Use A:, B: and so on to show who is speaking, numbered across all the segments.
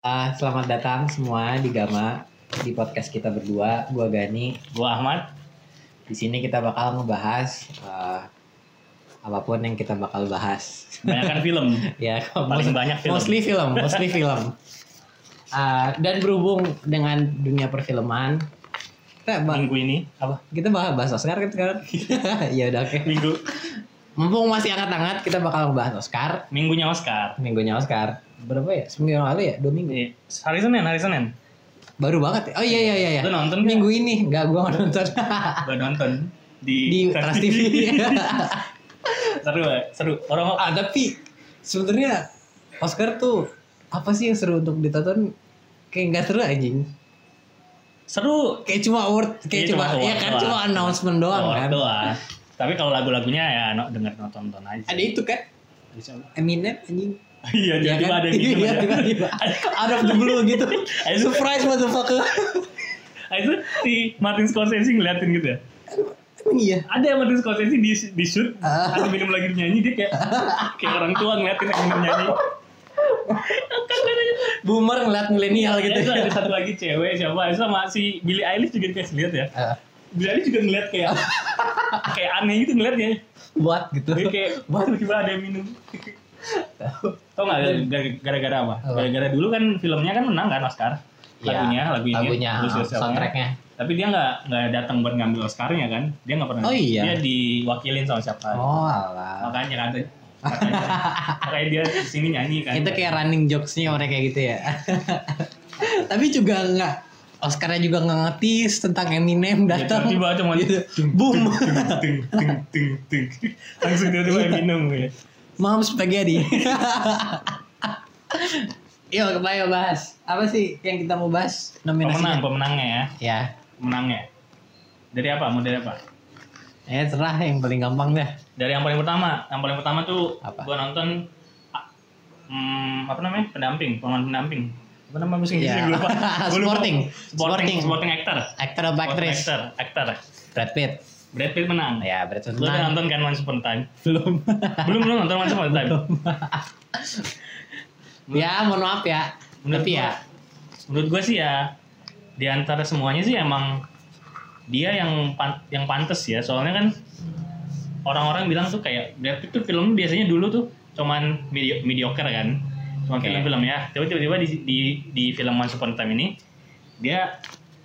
A: Ah, selamat datang semua di Gama di podcast kita berdua. Gua Gani.
B: Gua Ahmad.
A: Di sini kita bakal ngebahas eh, apapun yang kita bakal bahas.
B: Banyakkan film.
A: ya,
B: Paling banyak film.
A: mostly film, mostly film. Ah, dan berhubung dengan dunia perfilman, kita bah-
B: Minggu ini apa?
A: kita bakal bahas Oscar kan sekarang. ya udah oke.
B: Minggu
A: Mumpung masih hangat-hangat, kita bakal ngebahas Oscar.
B: minggunya Oscar.
A: Minggunya Oscar. Berapa ya? Seminggu yang lalu ya? Dua minggu.
B: Iya. Hari Senin, hari Senin.
A: Baru banget. ya? Oh iya iya iya. iya.
B: Lu nonton
A: minggu ini nggak gua nggak nonton
B: Gua nonton
A: di
B: di,
A: Trans TV.
B: seru, ya? seru. Orang
A: ah tapi sebenarnya Oscar tuh apa sih yang seru untuk ditonton? Kayak nggak seru anjing.
B: seru
A: Kayak cuma award, kayak
B: Iya,
A: cuma,
B: cuma award
A: ya kan
B: doang.
A: cuma announcement doang
B: Oh,
A: kan.
B: doang. Tapi kalau lagu-lagunya ya no, denger nonton-nonton aja.
A: Ada itu kan Eminem anjing.
B: Iya,
A: Iya
B: tiba-tiba
A: kan?
B: ada yang gitu.
A: Iya,
B: ya.
A: tiba-tiba. Out of the blue gitu. Surprise motherfucker.
B: Itu si Martin Scorsese ngeliatin gitu ya.
A: Emang iya.
B: Ada yang Martin Scorsese di, di shoot,
A: Ah.
B: ada minum lagi nyanyi, dia kayak kayak orang tua ngeliatin minum nyanyi.
A: Boomer ngeliat milenial gitu.
B: Ya, Itu ada satu lagi cewek siapa? Itu sama si Billie Eilish juga dikasih lihat ya.
A: Ah,
B: Billie Eilish juga ngeliat kayak kayak aneh gitu ngeliatnya.
A: Buat gitu.
B: Dia kayak wah tiba-tiba ada yang minum. Tau nggak gara- gara-gara apa?
A: Apa?
B: Gara-gara dulu kan filmnya kan menang kan Oscar. Lagunya,
A: Iya,
B: lagu ini,
A: lagunya,
B: Lose Yourself-nya.
A: soundtracknya.
B: Tapi dia nggak nggak datang buat ngambil Oscarnya kan? Dia nggak pernah.
A: Oh, iya.
B: Dia diwakilin sama siapa?
A: Oh alah.
B: Makanya kan makanya, makanya dia sini nyanyi kan.
A: Itu kayak running jokesnya orang kayak gitu ya. Tapi juga nggak Oscarnya juga nggak ngetis tentang Eminem
B: Ya,
A: datang.
B: tiba-tiba cuma
A: Gitu.
B: ting,
A: Boom.
B: ting, ting, ting, ting, ting, ting. langsung tiba-tiba
A: Iya.
B: minum ya.
A: Mom spaghetti. Yo, kebayo ya, bahas. Apa sih yang kita mau bahas
B: Pemenang,
A: nominasinya?
B: pemenangnya ya.
A: Ya,
B: menangnya dari apa mau dari apa
A: eh terah yang paling gampang dah.
B: dari yang paling pertama yang paling pertama tuh
A: Apa?
B: gua nonton ah, hmm, apa namanya pendamping pemeran pendamping apa nama musiknya
A: Iya.
B: Gua lupa. Gua lupa.
A: Sporting. Sporting.
B: sporting sporting actor
A: Actor of
B: Sporting
A: actress.
B: Oh, actor actor
A: Brad Pitt.
B: Brad Pitt menang
A: Ya, Brad Pitt
B: Lu udah
A: menang.
B: nonton kan Once Upon a Time?
A: Belum.
B: Belum belum nonton Once Upon a Time.
A: ya, mohon maaf ya.
B: Menurut
A: Tapi
B: gua-
A: ya,
B: Menurut gue sih ya di antara semuanya sih emang dia yang pan- yang pantas ya. Soalnya kan orang-orang bilang tuh kayak Brad Pitt tuh film biasanya dulu tuh cuman medio- mediocre kan. Cuma
A: Oke.
B: film-film ya. Tapi tiba-tiba di, di di film Once Upon a Time ini dia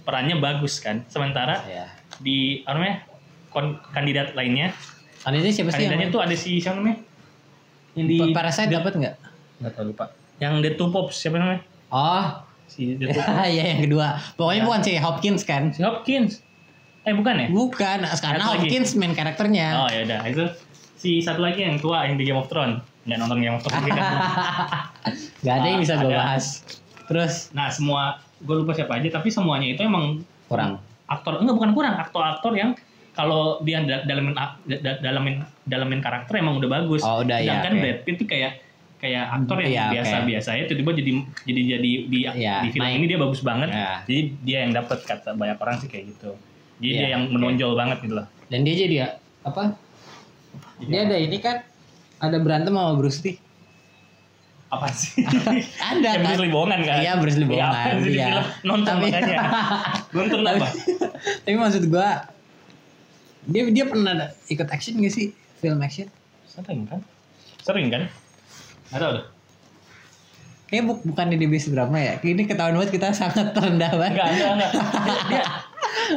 B: perannya bagus kan. Sementara
A: ya.
B: di apa namanya? kon- kandidat lainnya,
A: Kan ini siapa sih yang
B: kandidatnya tuh ada si siapa namanya?
A: yang
B: di-
A: Parasite dapat nggak?
B: Enggak tahu lupa. Yang The Two Pops siapa namanya?
A: Oh,
B: Si The Two Pops.
A: ya yang kedua. Pokoknya
B: Ya.
A: bukan si Hopkins kan?
B: Si Hopkins. Eh bukan ya?
A: Bukan, karena
B: Satu lagi.
A: Hopkins main karakternya.
B: Oh ya udah itu si satu lagi yang tua yang di Game of Thrones nggak nonton Game of Thrones mungkin kan.
A: Gak ada yang bisa gue
B: Ah, Ada.
A: bahas. Terus
B: Nah semua gue lupa siapa aja tapi semuanya itu emang Hmm.
A: kurang.
B: aktor enggak bukan kurang aktor-aktor yang kalau dia da- dalamin ak- da- dalamin dalamin karakter emang udah bagus.
A: Oh, udah, ya,
B: Sedangkan
A: oke.
B: Brad Pitt tuh kayak kayak aktor yang
A: Iya, oke.
B: biasa-biasa aja tiba-tiba jadi jadi jadi di
A: Iya,
B: di film
A: naik.
B: ini dia bagus banget.
A: Iya.
B: Jadi dia yang dapat kata banyak orang sih kayak gitu. Jadi
A: Iya,
B: dia yang
A: oke.
B: menonjol banget gitu loh.
A: Dan dia jadi ya, apa?
B: Iya.
A: Dia ada ini kan ada berantem sama Bruce Lee.
B: apa sih?
A: Ada,
B: Yang
A: kan?
B: Bruce Lee bohongan kan?
A: Iya, Bruce Lee bohongan,
B: apaan sih di
A: iya.
B: film? Nonton
A: Tapi-
B: makanya. Nonton
A: Tapi-
B: apa?
A: Tapi maksud gue dia dia pernah ada ikut action gak sih? Film action?
B: Sering kan? Sering kan? Gak tau deh.
A: Kayak bu- bukan di DBS drama ya. Ini ketahuan banget kita sangat rendah banget.
B: Enggak, enggak, enggak. Dia, dia-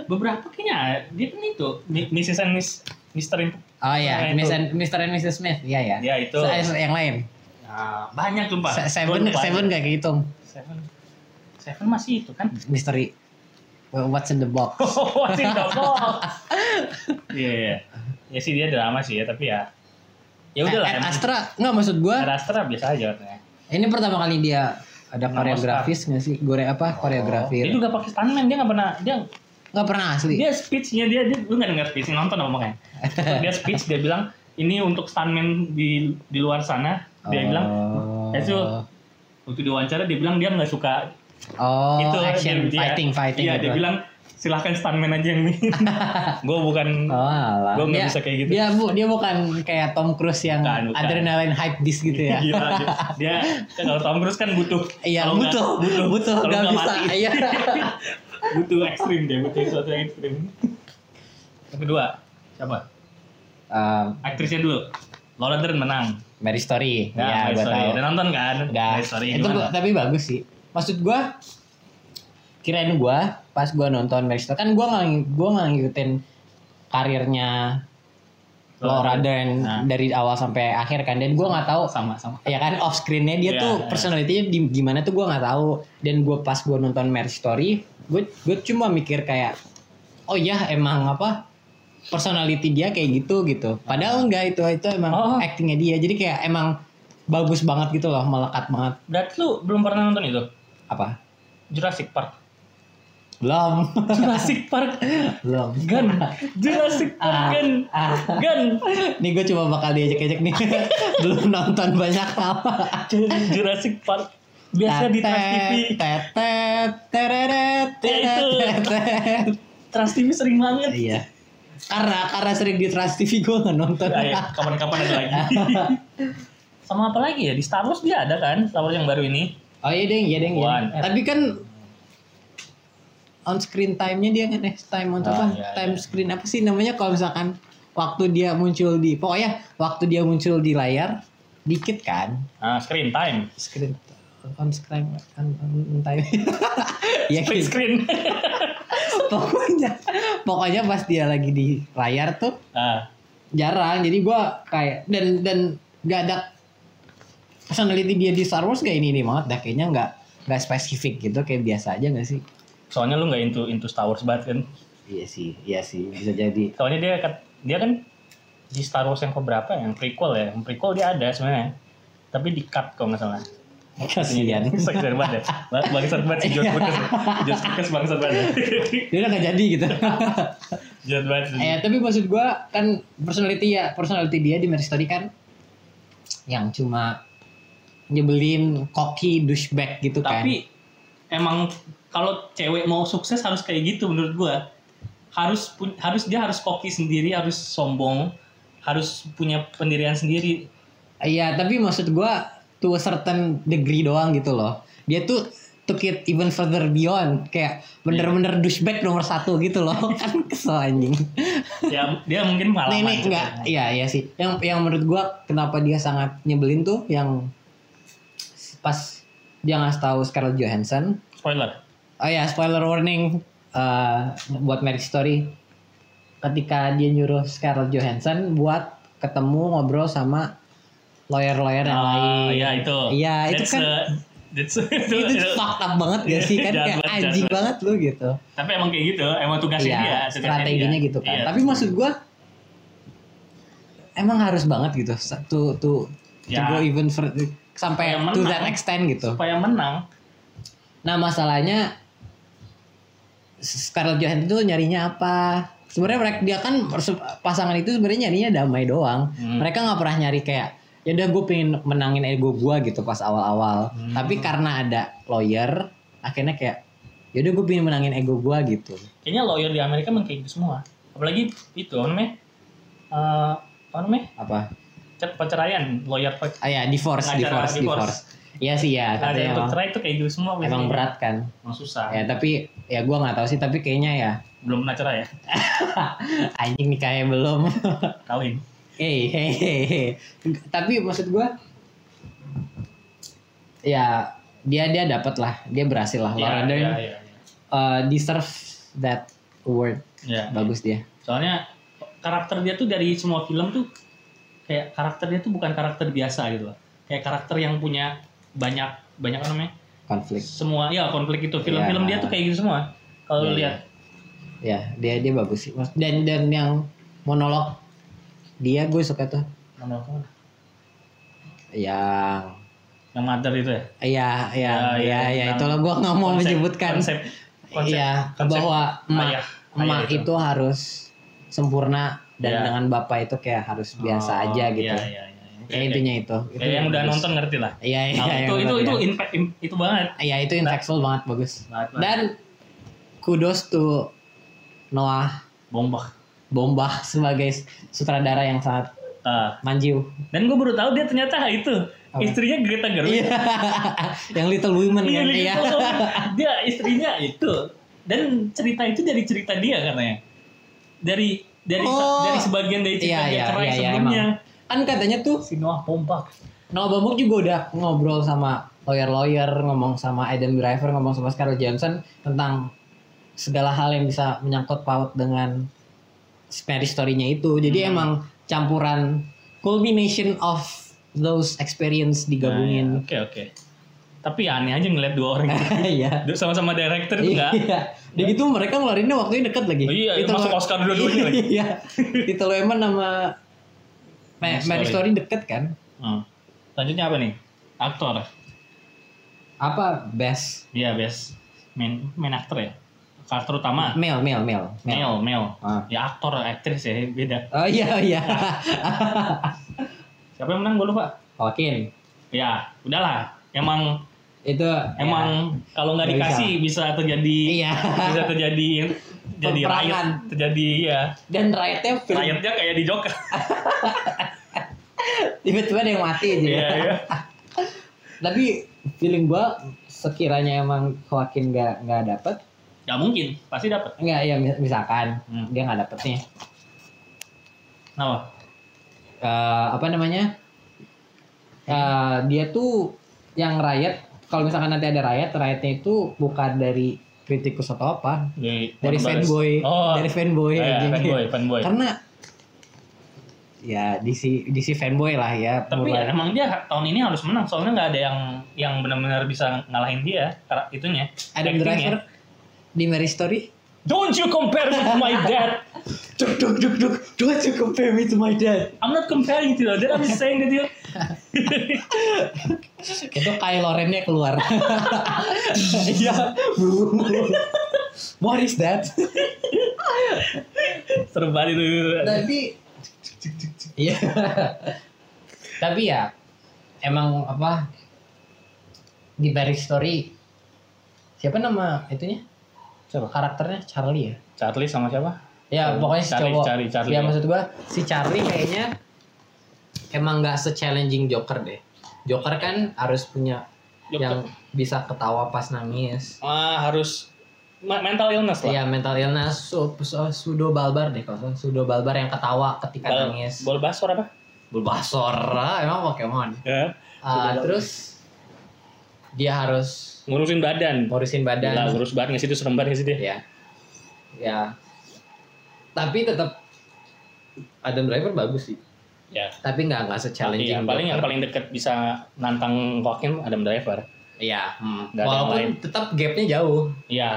B: beberapa kayaknya dia kan itu Mi- Mrs. and Miss Mr. Imp-
A: Oh iya,
B: Nah,
A: Miss
B: itu.
A: and- Mr. and Mrs. Smith. Iya ya.
B: Ya, itu.
A: Saya- yang lain.
B: Nah, banyak sumpah.
A: Se-
B: Gua
A: Seven,
B: lupa.
A: seven gak kehitung.
B: Seven. Seven masih itu kan? Oh,
A: Misteri. Well, What's in the box?
B: What's in the box? Iya, iya. Ya sih dia drama sih ya, tapi ya ya udah lah.
A: Ad
B: emang.
A: Eh, Astra, nggak maksud gua.
B: Ad Astra biasa aja katanya.
A: Ini pertama kali dia ada
B: Nama Oh.
A: koreografis nggak sih? Gore apa?
B: Dia
A: Koreografi.
B: juga pakai stuntman, dia nggak pernah dia
A: Nggak pernah asli.
B: dia speech-nya dia, dia lu nggak dengar speech nonton apa makanya dia speech dia bilang ini untuk stuntman di di luar sana dia bilang
A: Oh.
B: itu waktu diwawancara dia bilang dia nggak suka
A: Oh,
B: itu
A: action
B: dia- dia-
A: fighting gitu. fighting
B: iya dia bilang silahkan stuntman aja yang nih gue bukan
A: Oh, alah.
B: Gua nggak
A: Dia-
B: bisa kayak gitu.
A: Dia bu, dia bukan kayak Tom Cruise yang
B: Bukan, bukan.
A: adrenalin hype bis gitu ya.
B: Gila, dia- dia kan kalau Tom Cruise kan butuh
A: Iya,
B: Kalau nggak-
A: butuh, butuh, butuh,
B: Kalau
A: nggak
B: nggak
A: bisa.
B: mati.
A: Iya.
B: butuh ekstrim dia butuh sesuatu yang ekstrim yang kedua siapa
A: Um,
B: aktrisnya dulu Laura Dern menang
A: Mary Story, ya,
B: Nah, Marriage
A: gue
B: Story.
A: tahu.
B: udah nonton kan
A: Udah.
B: Marriage Story
A: itu gua-
B: gimana?
A: tapi bagus sih. Maksud gua kirain gua pas gua nonton Mary Story kan gua nggak ng- gua nggak ngikutin karirnya Laura Dern
B: Nah.
A: dari awal sampai akhir kan dan gua nggak tahu
B: sama sama
A: ya kan off screennya dia
B: Iya,
A: tuh
B: iya.
A: personalitinya di- gimana tuh gua nggak tahu dan gua pas gua nonton Marriage Story gue gue cuma mikir kayak oh ya emang apa personality dia kayak gitu gitu padahal enggak itu itu emang
B: Ah. Oh.
A: actingnya dia jadi kayak emang bagus banget gitu loh melekat banget
B: berarti lu belum pernah nonton itu
A: apa
B: Jurassic Park
A: belum
B: Jurassic Park
A: belum
B: Gun Jurassic
A: Ah,
B: Park Gun Gun
A: nih gue cuma bakal diajak-ajak nih belum nonton banyak apa
B: Jurassic Park biasa di Trans TV
A: tetet tereret
B: Ya, itu.
A: tereret, tetet.
B: Trans TV sering banget
A: Iya. Karena karena sering di Trans TV gue nggak nonton.
B: Ya, ya, kapan-kapan ada lagi sama apa lagi ya di Star Wars dia ada kan Star Wars yang baru ini
A: Oh iya deng, iya deng. iya
B: Wan.
A: deng. Tapi kan on screen time-nya dia kan eh time on
B: Oh,
A: apa?
B: iya,
A: time
B: iya.
A: screen apa sih namanya kalau misalkan waktu dia muncul di pokoknya waktu dia muncul di layar dikit kan
B: ah screen time
A: screen on screen on, on time ya
B: split
A: gitu.
B: screen
A: pokoknya pokoknya pas dia lagi di layar tuh
B: ah
A: jarang jadi gua kayak dan dan gak ada personality dia di Star Wars gak ini ini banget dah kayaknya nggak nggak spesifik gitu kayak biasa aja gak sih
B: soalnya lu nggak into into Star Wars banget kan
A: iya sih iya sih bisa jadi
B: soalnya dia kat- dia kan di Star Wars yang keberapa ya? yang prequel ya yang prequel dia ada sebenarnya tapi di cut kalau nggak salah
A: kasihan
B: Saksian banget ya Ba- Bangsat banget si George Lucas George Lucas bangsat banget
A: dia udah gak jadi gitu
B: Jahat banget sih.
A: eh tapi maksud gua kan personality ya personality dia di Marriage Story kan yang cuma nyebelin koki douchebag gitu kan
B: Tapi Emang Kalau cewek mau sukses harus kayak gitu menurut gua Harus pun- harus Dia harus koki sendiri Harus sombong Harus punya pendirian sendiri
A: Iya, tapi maksud gua to a certain degree doang gitu loh. Dia tuh took it even further beyond kayak bener-bener douchebag nomor satu gitu loh kan kesel anjing.
B: Ya dia mungkin
A: Nah
B: pengalaman
A: ini enggak, iya iya sih. Yang yang menurut gua kenapa dia sangat nyebelin tuh yang pas dia ngasih tahu Scarlett Johansson.
B: Spoiler
A: Oh ya spoiler warning eh, buat Marriage Story. Ketika dia nyuruh Scarlett Johansson buat ketemu ngobrol sama lawyer-lawyer yang lain.
B: Ah, ya itu
A: Iya, itu
B: That's
A: kan-
B: a- that's a-
A: itu fucked up banget gak sih kan
B: Jangan
A: kayak
B: banget,
A: anjing
B: jangan
A: banget lu gitu
B: Tapi emang kayak gitu, emang tugasnya dia.
A: iya
B: tugasnya
A: strateginya
B: dia.
A: gitu kan
B: Iya.
A: tapi maksud gua emang harus banget gitu to to, to
B: Ya.
A: go even fur- sampai
B: Supaya
A: to
B: menang.
A: that extent gitu
B: supaya menang.
A: nah masalahnya Scarlett Johansson itu nyarinya apa sebenarnya mereka dia kan perse- pasangan itu sebenarnya nyarinya damai doang
B: Hmm.
A: mereka nggak pernah nyari kayak ya udah gue pengen menangin ego gua gitu pas awal-awal
B: Hmm.
A: tapi karena ada lawyer akhirnya kayak ya udah gue pengen menangin ego gua gitu
B: Kayaknya lawyer di Amerika emang kayak gitu semua. Apalagi itu apa namanya? Eh, apa namanya?
A: apa
B: Cet perceraian, lawyer pe-
A: ah ya divorce
B: Pengacara
A: divorce
B: divorce.
A: divorce iya sih ya
B: perceraian
A: katanya emang,
B: perceraian itu kayak gitu semua.
A: emang
B: biasanya.
A: berat kan
B: Emang susah.
A: ya tapi ya gua nggak tahu sih tapi kayaknya ya
B: Belum pernah cerai ya?
A: anjing nikahnya belum
B: Kawin.
A: Hei, hei, hei, hei. Tapi maksud gua ya dia dia dapat lah, dia berhasil lah. Laura Dern
B: Iya, iya, iya.
A: uh, deserve that award.
B: Iya.
A: Bagus dia.
B: Soalnya karakter dia tuh dari semua film tuh kayak karakter dia tuh bukan karakter biasa gitu loh. Kayak karakter yang punya banyak banyak apa namanya?
A: Konflik.
B: Semua ya konflik itu film-film
A: Iya.
B: dia tuh kayak gitu semua.
A: Iya,
B: Kalau lu
A: iya.
B: lihat
A: Ya, dia dia bagus sih. Mas- Dan dan yang monolog dia gue suka tuh
B: Nama apa?
A: yang
B: yang mother itu ya
A: ya ya
B: Ya,
A: ya
B: ya,
A: ya,
B: tentang
A: itu loh gue nggak mau
B: Konsep-
A: menyebutkan
B: konsep konsep
A: Iya,
B: konsep Oh,
A: bahwa emak
B: ayah, gitu.
A: emak
B: ayah
A: itu. harus sempurna dan
B: Iya.
A: dengan bapak itu kayak harus biasa
B: Oh,
A: aja gitu.
B: iya, iya, iya. Oke,
A: Ya
B: oke.
A: intinya itu.
B: Ya, yang udah
A: bagus.
B: nonton ngerti lah
A: Iya iya.
B: Nah,
A: yang
B: itu itu
A: nonton,
B: itu Nah.
A: ya.
B: impact im- itu banget Nah.
A: Iya itu impactful banget bagus.
B: Banget, banget.
A: Dan kudos to Noah
B: Bombah.
A: Bombach sebagai sutradara yang sangat
B: Ah,
A: manjiw.
B: dan gue baru tahu dia ternyata itu
A: Apa?
B: istrinya Greta
A: Iya.
B: Gerwig.
A: yang Little Women
B: Iya,
A: kan,
B: Lily
A: iya.
B: Paul Owen. dia istrinya itu dan cerita itu dari cerita dia katanya dari dari
A: Oh.
B: dari sebagian dari cerita
A: Iya,
B: dia
A: iya,
B: cerai
A: iya, iya,
B: sebelumnya
A: Kan katanya tuh
B: si Noah Pombak
A: Noah Baumbach juga udah ngobrol sama lawyer-lawyer, ngomong sama Adam Driver, ngomong sama Scarlett Johansson tentang segala hal yang bisa menyangkut paut dengan marriage story-nya itu. Jadi
B: Hmm.
A: emang campuran culmination of those experience digabungin.
B: Nah, oke oke tapi aneh aja ngeliat dua orang itu.
A: Iya.
B: Dia sama-sama director tuh enggak
A: Iya. Dan gitu mereka ngeluarinnya waktunya deket lagi.
B: Oh iya,
A: Little
B: masuk
A: Wo-
B: Oscar dua-duanya lagi.
A: Iya. Itu lo emang nama
B: Marriage
A: Marriage
B: Story.
A: Story deket kan?
B: Hmm. selanjutnya apa nih aktor
A: Apa best?
B: iya best main main aktor ya aktor utama
A: Male, male, male.
B: male male
A: Ah.
B: ya aktor aktris ya beda
A: Oh iya iya.
B: siapa yang menang gue lupa
A: Joaquin
B: ya udahlah emang
A: itu ya.
B: Emang kalau
A: Iya.
B: nggak
A: Nggak
B: dikasih bisa. terjadi
A: Iya.
B: bisa terjadi jadi
A: Peperangan.
B: riot, terjadi ya
A: ya. dan rakyatnya film
B: riotnya kayak di Joker.
A: tiba-tiba ada yang mati aja.
B: Iya, iya.
A: Tapi feeling gua sekiranya emang Joaquin nggak nggak dapet
B: Gak mungkin, pasti dapat.
A: nggak ya mis- misalkan
B: Hmm.
A: dia nggak dapet nih
B: Kenapa?
A: Eh, apa namanya Eh, dia tuh yang rakyat kalau misalkan nanti ada rakyat rakyatnya itu bukan dari kritikus atau apa
B: Dari,
A: dari
B: Warner Brothers.
A: fanboy
B: Oh,
A: dari fanboy Kan
B: iya,
A: aja.
B: fanboy, fanboy.
A: karena ya DC DC fanboy lah ya
B: Tapi
A: mulai.
B: emang dia tahun ini harus menang, soalnya nggak ada yang yang benar-benar bisa ngalahin dia. kar- Itunya.
A: Adam
B: actingnya.
A: Driver di Mary Story.
B: Don't you compare me to my dad.
A: Duk duk duk duk. Don't you compare me to my dad.
B: I'm not comparing to your dad. I'm just saying that you.
A: Itu Kylo Ren-nya keluar. Iya. What is that?
B: Serba itu.
A: Tapi Iya. Tapi ya emang apa di Mary Story siapa nama itunya? Coba karakternya Charlie ya.
B: Charlie sama siapa?
A: Ya
B: Charlie,
A: pokoknya si
B: Charlie,
A: cowok.
B: Charlie, Charlie.
A: Ya maksud gua si Charlie kayaknya emang nggak se-challenging Joker deh. Joker kan harus punya
B: Joker.
A: yang bisa ketawa pas nangis.
B: Ah, harus ma- mental illness lah.
A: Iya mental illness su- su- sudo balbar deh kalau nggak salah. sudo balbar yang ketawa ketika
B: Bal-
A: nangis.
B: Bol basor apa?
A: Bulbasaur ah, emang Pokemon.
B: Ya.
A: Ah,
B: Sudo
A: terus dia harus
B: Ngurusin badan.
A: ngurusin
B: Gila,
A: badan.
B: ngurus banget nggak sih itu serem banget nggak sih dia?
A: ya ya tapi tetap Adam Driver bagus sih
B: Ya.
A: tapi nggak nggak
B: Tapi
A: se-challenging
B: yang Iya, paling yang
A: Joker.
B: paling dekat bisa nantang Joaquin Adam Driver.
A: iya hmm.
B: Nggak ada yang
A: walaupun
B: lain.
A: tetap gapnya jauh
B: Iya.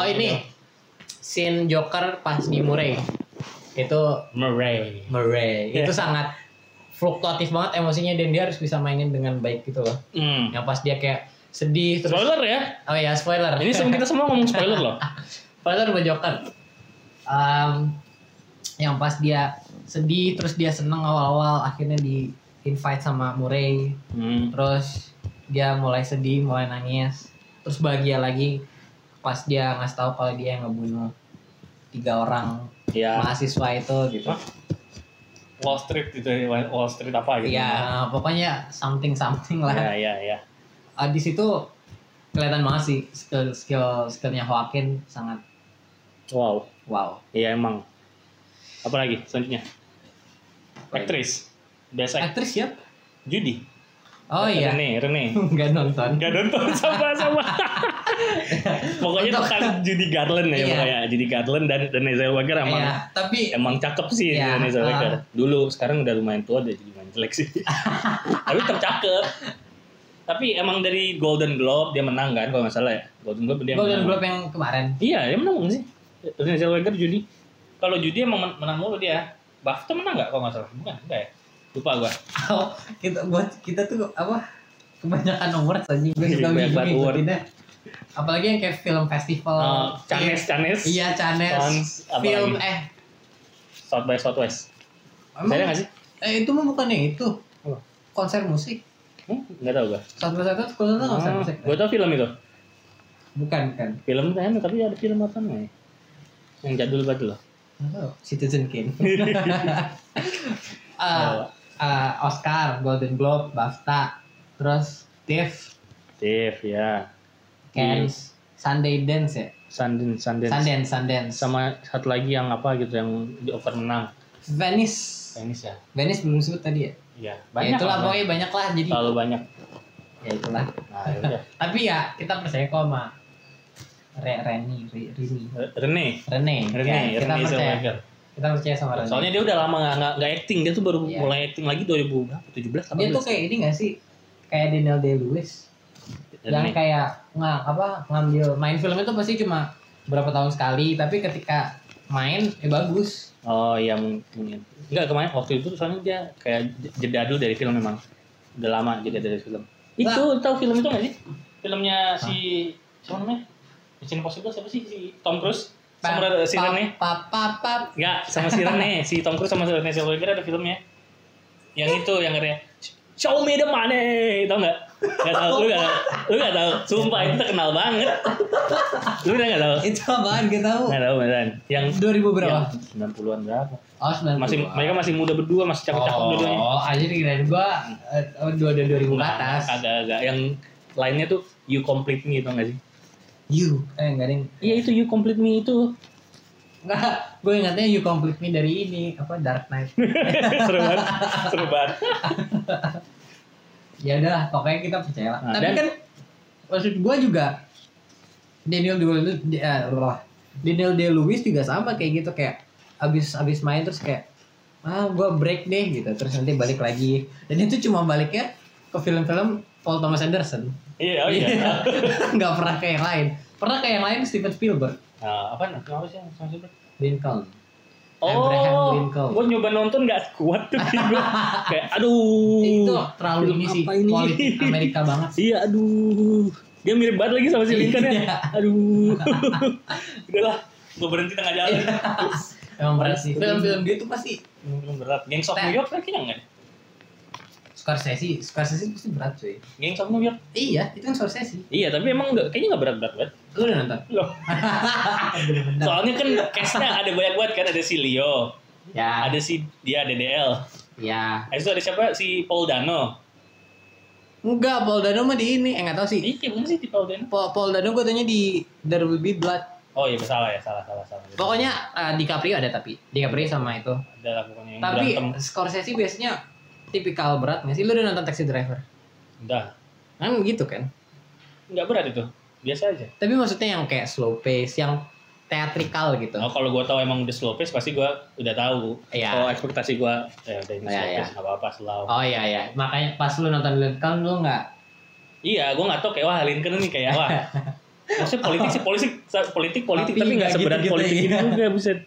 A: oh ini scene Joker pas di Murray itu
B: Murray.
A: Murray itu
B: Iya.
A: sangat fluktuatif banget emosinya dan dia harus bisa mainin dengan baik gitu loh
B: Hmm.
A: yang pas dia kayak sedih terus
B: Spoiler ya.
A: oh ya spoiler
B: Ini semua kita semua ngomong spoiler loh.
A: Spoiler buat Joker. Em, yang pas dia sedih terus dia seneng awal-awal akhirnya di invite sama Murray
B: Hmm.
A: terus dia mulai sedih mulai nangis terus bahagia lagi pas dia ngasih tahu kalau dia yang ngebunuh tiga orang
B: Ya.
A: mahasiswa itu gitu
B: Hah? Wall Street itu Wall Street apa gitu?
A: ya pokoknya something something lah
B: Ya, ya, ya.
A: Ah, di situ kelihatan banget sih skill skill skillnya Joaquin sangat
B: Wow.
A: wow
B: Iya emang. Apa lagi selanjutnya? Aktris. Best act-
A: aktris siapa
B: Judy.
A: oh iya
B: Rene, Rene.
A: nggak nonton
B: Gak nonton sama-sama. pokoknya
A: Untuk-
B: tentang Judy Garland ya
A: Iya.
B: pokoknya. Judy Garland dan Renee Zellweger emang
A: Iya, tapi
B: emang cakep sih
A: Iya,
B: Renee Zellweger. Dulu sekarang udah lumayan tua udah jadi main jelek sih. Tapi tetap cakep. Tapi emang dari Golden Globe dia menang kan kalau nggak salah ya. Golden Globe dia
A: Golden
B: menang.
A: Globe yang kemarin.
B: Iya, dia menang nggak sih. Renee Zellweger Judy. Kalau Judy emang men- menang mulu dia. BAFTA menang nggak kalau nggak salah? Bukan, enggak ya? Lupa gua.
A: Oh, kita buat kita tuh apa? Kebanyakan award aja gue suka
B: Iya, Banyak banget award.
A: ngikutinnya. Apalagi yang kayak film festival.
B: Eh, Canes, Canes.
A: Oh, Iya,
B: Cons,
A: Canes.
B: apa
A: Film
B: lagi?
A: eh
B: South by Southwest.
A: emang-
B: Saya ya nggak sih?
A: Eh itu mah bukannya itu.
B: Apa?
A: Konser musik.
B: Hmm, nggak tahu gua.
A: Satu satu konser
B: Ah,
A: konser musik.
B: gue tau film itu
A: Bukan kan.
B: film kan tapi ada film apa namanya yang jadul banget loh
A: Nggak tahu, Citizen Kane. Ah, ah, Oscar, Golden Globe, BAFTA, terus Dev,
B: Dave ya Iya.
A: Cannes, Sunday Dance ya.
B: Sundance Sundance
A: Sundance, Sundance.
B: sama satu lagi yang apa gitu yang di over menang
A: Venice.
B: tenis ya
A: Venice belum sebut tadi ya.
B: iya
A: ya itulah
B: lah.
A: pokoknya banyak lah jadi.
B: terlalu banyak
A: Ya itulah.
B: nah yaudah
A: Tapi ya kita percaya kok sama Re Reni, Re- Rini.
B: Rene
A: Rene.
B: Rene
A: ya, kita
B: Rene
A: percaya.
B: Zellweger
A: Kita percaya sama Rene.
B: soalnya dia udah lama nggak- nggak nggak acting dia tuh baru
A: Iya.
B: mulai acting lagi 2017
A: dia tuh kayak ini gak sih? Kayak Daniel Day-Lewis. yang kayak nggak apa ngambil main film itu pasti cuma berapa tahun sekali tapi ketika main ya bagus
B: Oh iya mung- mungkin. Enggak kemarin waktu itu soalnya dia kayak j- jeda dulu dari film memang. Udah lama jeda dari film. Itu tahu film itu nggak sih? Filmnya si siapa namanya? Mission Impossible siapa sih si Tom Cruise? Sama
A: Pa-
B: si
A: pa-
B: Rene.
A: pa- pa- pa-
B: Enggak, sama si Rene, si Tom Cruise sama si Rene Zellweger ada filmnya. Yang itu yang katanya Show me the money, tau nggak? Gak tau, lu gak tau, lu gak tau. Sumpah itu terkenal banget. Lu udah gak tau?
A: itu apaan kita tahu
B: Gak tau beneran. Yang
A: 2000 berapa
B: Yang 90-an berapa?
A: oh 90
B: iya. masih mereka masih muda berdua masih cakep-cakep
A: oh,
B: dua-duanya
A: oh aja kirain gua eh, dua dua dua ribu ke
B: Nah,
A: atas
B: kagak kagak yang lainnya tuh you complete me tau gak sih
A: you eh enggak ding
B: iya itu you complete me itu
A: enggak gue ingatnya you complete me dari ini apa dark knight
B: seru banget seru banget
A: ya udahlah pokoknya kita percaya lah
B: Nah,
A: tapi
B: dan-
A: kan maksud gue juga Daniel Day eh, Daniel Day Lewis juga sama kayak gitu kayak abis abis main terus kayak ah gue break deh gitu terus nanti balik lagi dan itu cuma baliknya ke film-film Paul Thomas Anderson
B: iya oh iya
A: nggak pernah kayak yang lain pernah kayak yang lain Steven Spielberg
B: nah, apa apa sih yang sama siapa?
A: Lincoln Abraham
B: Oh,
A: Lincoln.
B: gue nyoba nonton gak kuat tuh gue kayak aduh.
A: itu terlalu
B: film
A: ini sih
B: apa ini?
A: politik Amerika banget
B: Iya, aduh. Dia mirip banget lagi sama si Lincoln
A: Iya.
B: ya. Aduh. Udahlah, gue berhenti tengah jalan.
A: emang berat sih film-film dia tuh pasti
B: Film berat. Gangs of New York kan kayaknya enggak.
A: Scorsese Scorsese pasti berat cuy
B: Gangs of New York.
A: Iya, itu kan Scorsese.
B: Iya, tapi emang nggak kayaknya nggak berat-berat banget.
A: Lu udah nonton?
B: Loh.
A: Nah.
B: Soalnya kan case-nya ada banyak banget kan ada si Leo,
A: Ya.
B: ada si dia DDL.
A: Ya.
B: Habis itu ada siapa? Si Paul Dano.
A: Enggak, Paul Dano mah di ini. Eh, nggak tahu sih.
B: Iya, bukan sih si Paul Dano.
A: Paul, Paul Dano gue tanya di There Will Be Blood.
B: Oh iya, salah ya, salah salah salah.
A: Pokoknya eh, DiCaprio ada tapi. DiCaprio sama itu.
B: ada lah pokoknya yang
A: Tapi
B: berantem.
A: Scorsese biasanya tipikal berat nggak sih? Lu udah nonton Taxi Driver?
B: Udah.
A: Kan gitu kan?
B: Enggak berat itu. Biasa aja.
A: Tapi maksudnya yang kayak slow pace, yang teatrikal gitu.
B: Nah, kalau gua tahu emang udah slow pace pasti gua udah tahu.
A: Iya.
B: Kalau ekspektasi gua ya udah ini
A: Iya,
B: slow
A: iya.
B: pace enggak apa-apa slow.
A: Oh iya ya, makanya pas lu nonton Lincoln lu nggak
B: Iya, gua nggak tahu kayak wah Lincoln nih kayak wah. Maksudnya politik sih politik politik politik
A: Tapi
B: tapi
A: nggak
B: nggak seberat
A: gitu-gitu
B: politik
A: ya.
B: ini juga buset.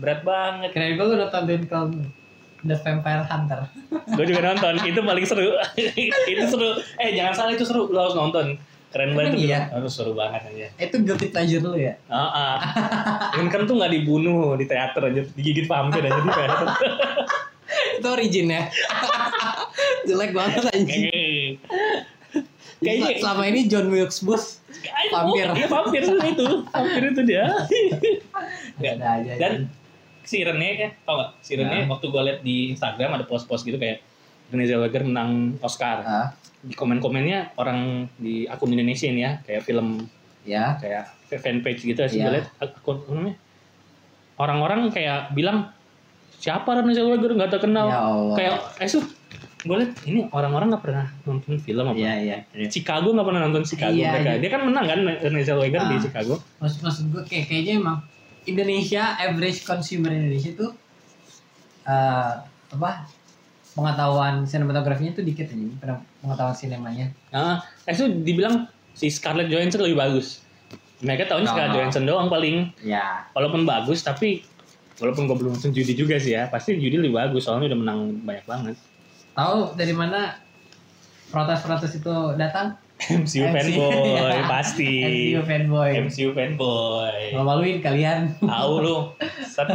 B: Berat banget.
A: keren gue lu nonton Lincoln The Vampire Hunter.
B: Gue juga nonton, itu paling seru. itu seru. Eh jangan salah itu seru, lo harus nonton. Keren
A: Emang
B: banget itu.
A: iya?
B: Harus seru banget aja.
A: Itu guilty pleasure lu ya?
B: Heeh. Lincoln tuh nggak dibunuh di teater aja, digigit vampir aja di teater.
A: itu origin ya jelek banget anjing
B: Kayaknya-
A: selama ini John Wilkes Booth Vampir.
B: Vampir. Iya vampir itu itu. Vampir itu dia. Nggak.
A: ada aja
B: Dan si Rene ya, tau gak? Si Rene
A: Nah.
B: waktu gue liat di Instagram ada post-post gitu kayak Rene Zellweger menang Oscar.
A: Ah,
B: Di komen-komennya orang di akun Indonesia ini ya, kayak film
A: ya
B: kayak fanpage gitu sih
A: Iya.
B: gue liat akun apa namanya orang-orang kayak bilang siapa Rene Zellweger nggak terkenal
A: ya Allah
B: kayak eh su gue liat ini orang-orang nggak pernah nonton film apa
A: ya ya
B: Chicago nggak pernah nonton Chicago
A: Iya,
B: mereka
A: iya.
B: dia kan menang kan Rene Zellweger di
A: Ah.
B: Chicago
A: maksud maksud gue kayak kayaknya emang Indonesia average consumer Indonesia tuh eh apa pengetahuan sinematografinya tuh dikit anjing pernah pengetahuan sinemanya
B: Nah, eh su dibilang si Scarlett Johansson lebih bagus mereka tahunya
A: Ah.
B: Scarlett Johansson doang paling
A: ya
B: walaupun bagus tapi walaupun gue belum nonton Judy juga sih ya pasti Judy lebih bagus soalnya udah menang banyak banget
A: tahu dari mana protes-protes itu datang
B: MCU fanboy pasti
A: MCU fanboy
B: MCU fanboy
A: maluin kalian
B: tahu lu set,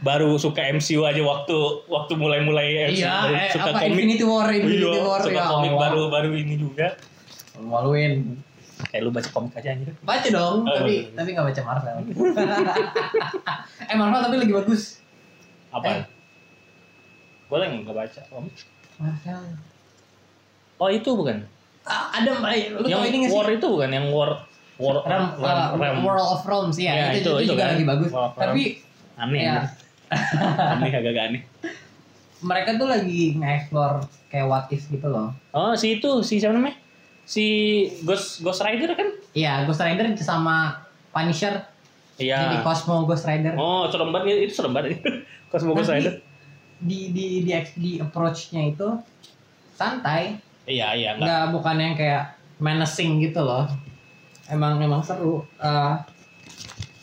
B: baru suka MCU aja waktu waktu mulai-mulai MCU
A: Iya,
B: baru
A: eh,
B: suka
A: apa
B: komik
A: Infinity War, ya
B: Iya,
A: Infinity War
B: suka
A: ya
B: komik
A: Allah.
B: baru baru ini juga
A: Maluin.
B: kayak Eh, lu baca komik aja anjir
A: Baca dong,
B: Oh,
A: tapi
B: baca.
A: tapi nggak baca Marvel. eh Marvel tapi lagi bagus. Eh.
B: apa gue lagi nggak baca komik
A: Marvel.
B: oh itu bukan
A: Ah, ada eh, lu
B: yang
A: tau ini nggak sih?
B: war itu bukan yang war war
A: Ram, ah,
B: ram ram, ram.
A: World of Realms ya,
B: Ya,
A: itu, itu
B: itu- itu
A: juga
B: kan.
A: lagi bagus.
B: World of Iya. Realms.
A: Tapi
B: aneh
A: ya,
B: anjir. aneh agak aneh
A: mereka tuh lagi nge-explore kayak what if gitu loh.
B: oh si itu si siapa namanya si Ghost Ghost Rider kan
A: Iya, Ghost Rider sama Punisher jadi
B: iya
A: Cosmo Ghost Rider.
B: oh serem banget itu serem banget Cosmo Ghost
A: Tapi
B: Rider
A: di di di, ex- di approach-nya itu santai,
B: iya iya enggak
A: nggak bukan yang kayak menacing gitu loh. Emang emang seru. Eh,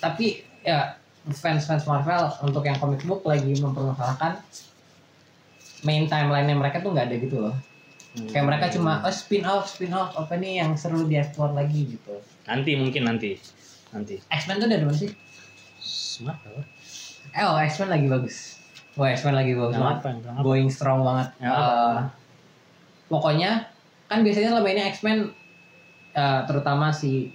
A: tapi ya fans-fans Marvel untuk yang comic book lagi mempermasalahkan main timeline-nya mereka tuh nggak ada gitu loh. Kayak mereka
B: Hmm.
A: cuma oh spin off, spin off apa nih yang seru dieksplor lagi gitu.
B: nanti mungkin nanti nanti
A: X-Men tuh udah ada mana sih?
B: smart apa?
A: Eh, oh, X-Men lagi bagus. Wah, X-Men lagi bagus
B: Yang
A: banget.
B: apa yang apa?
A: Going strong banget.
B: Ya.
A: Eh, pokoknya kan biasanya selama ini X-Men eh, terutama si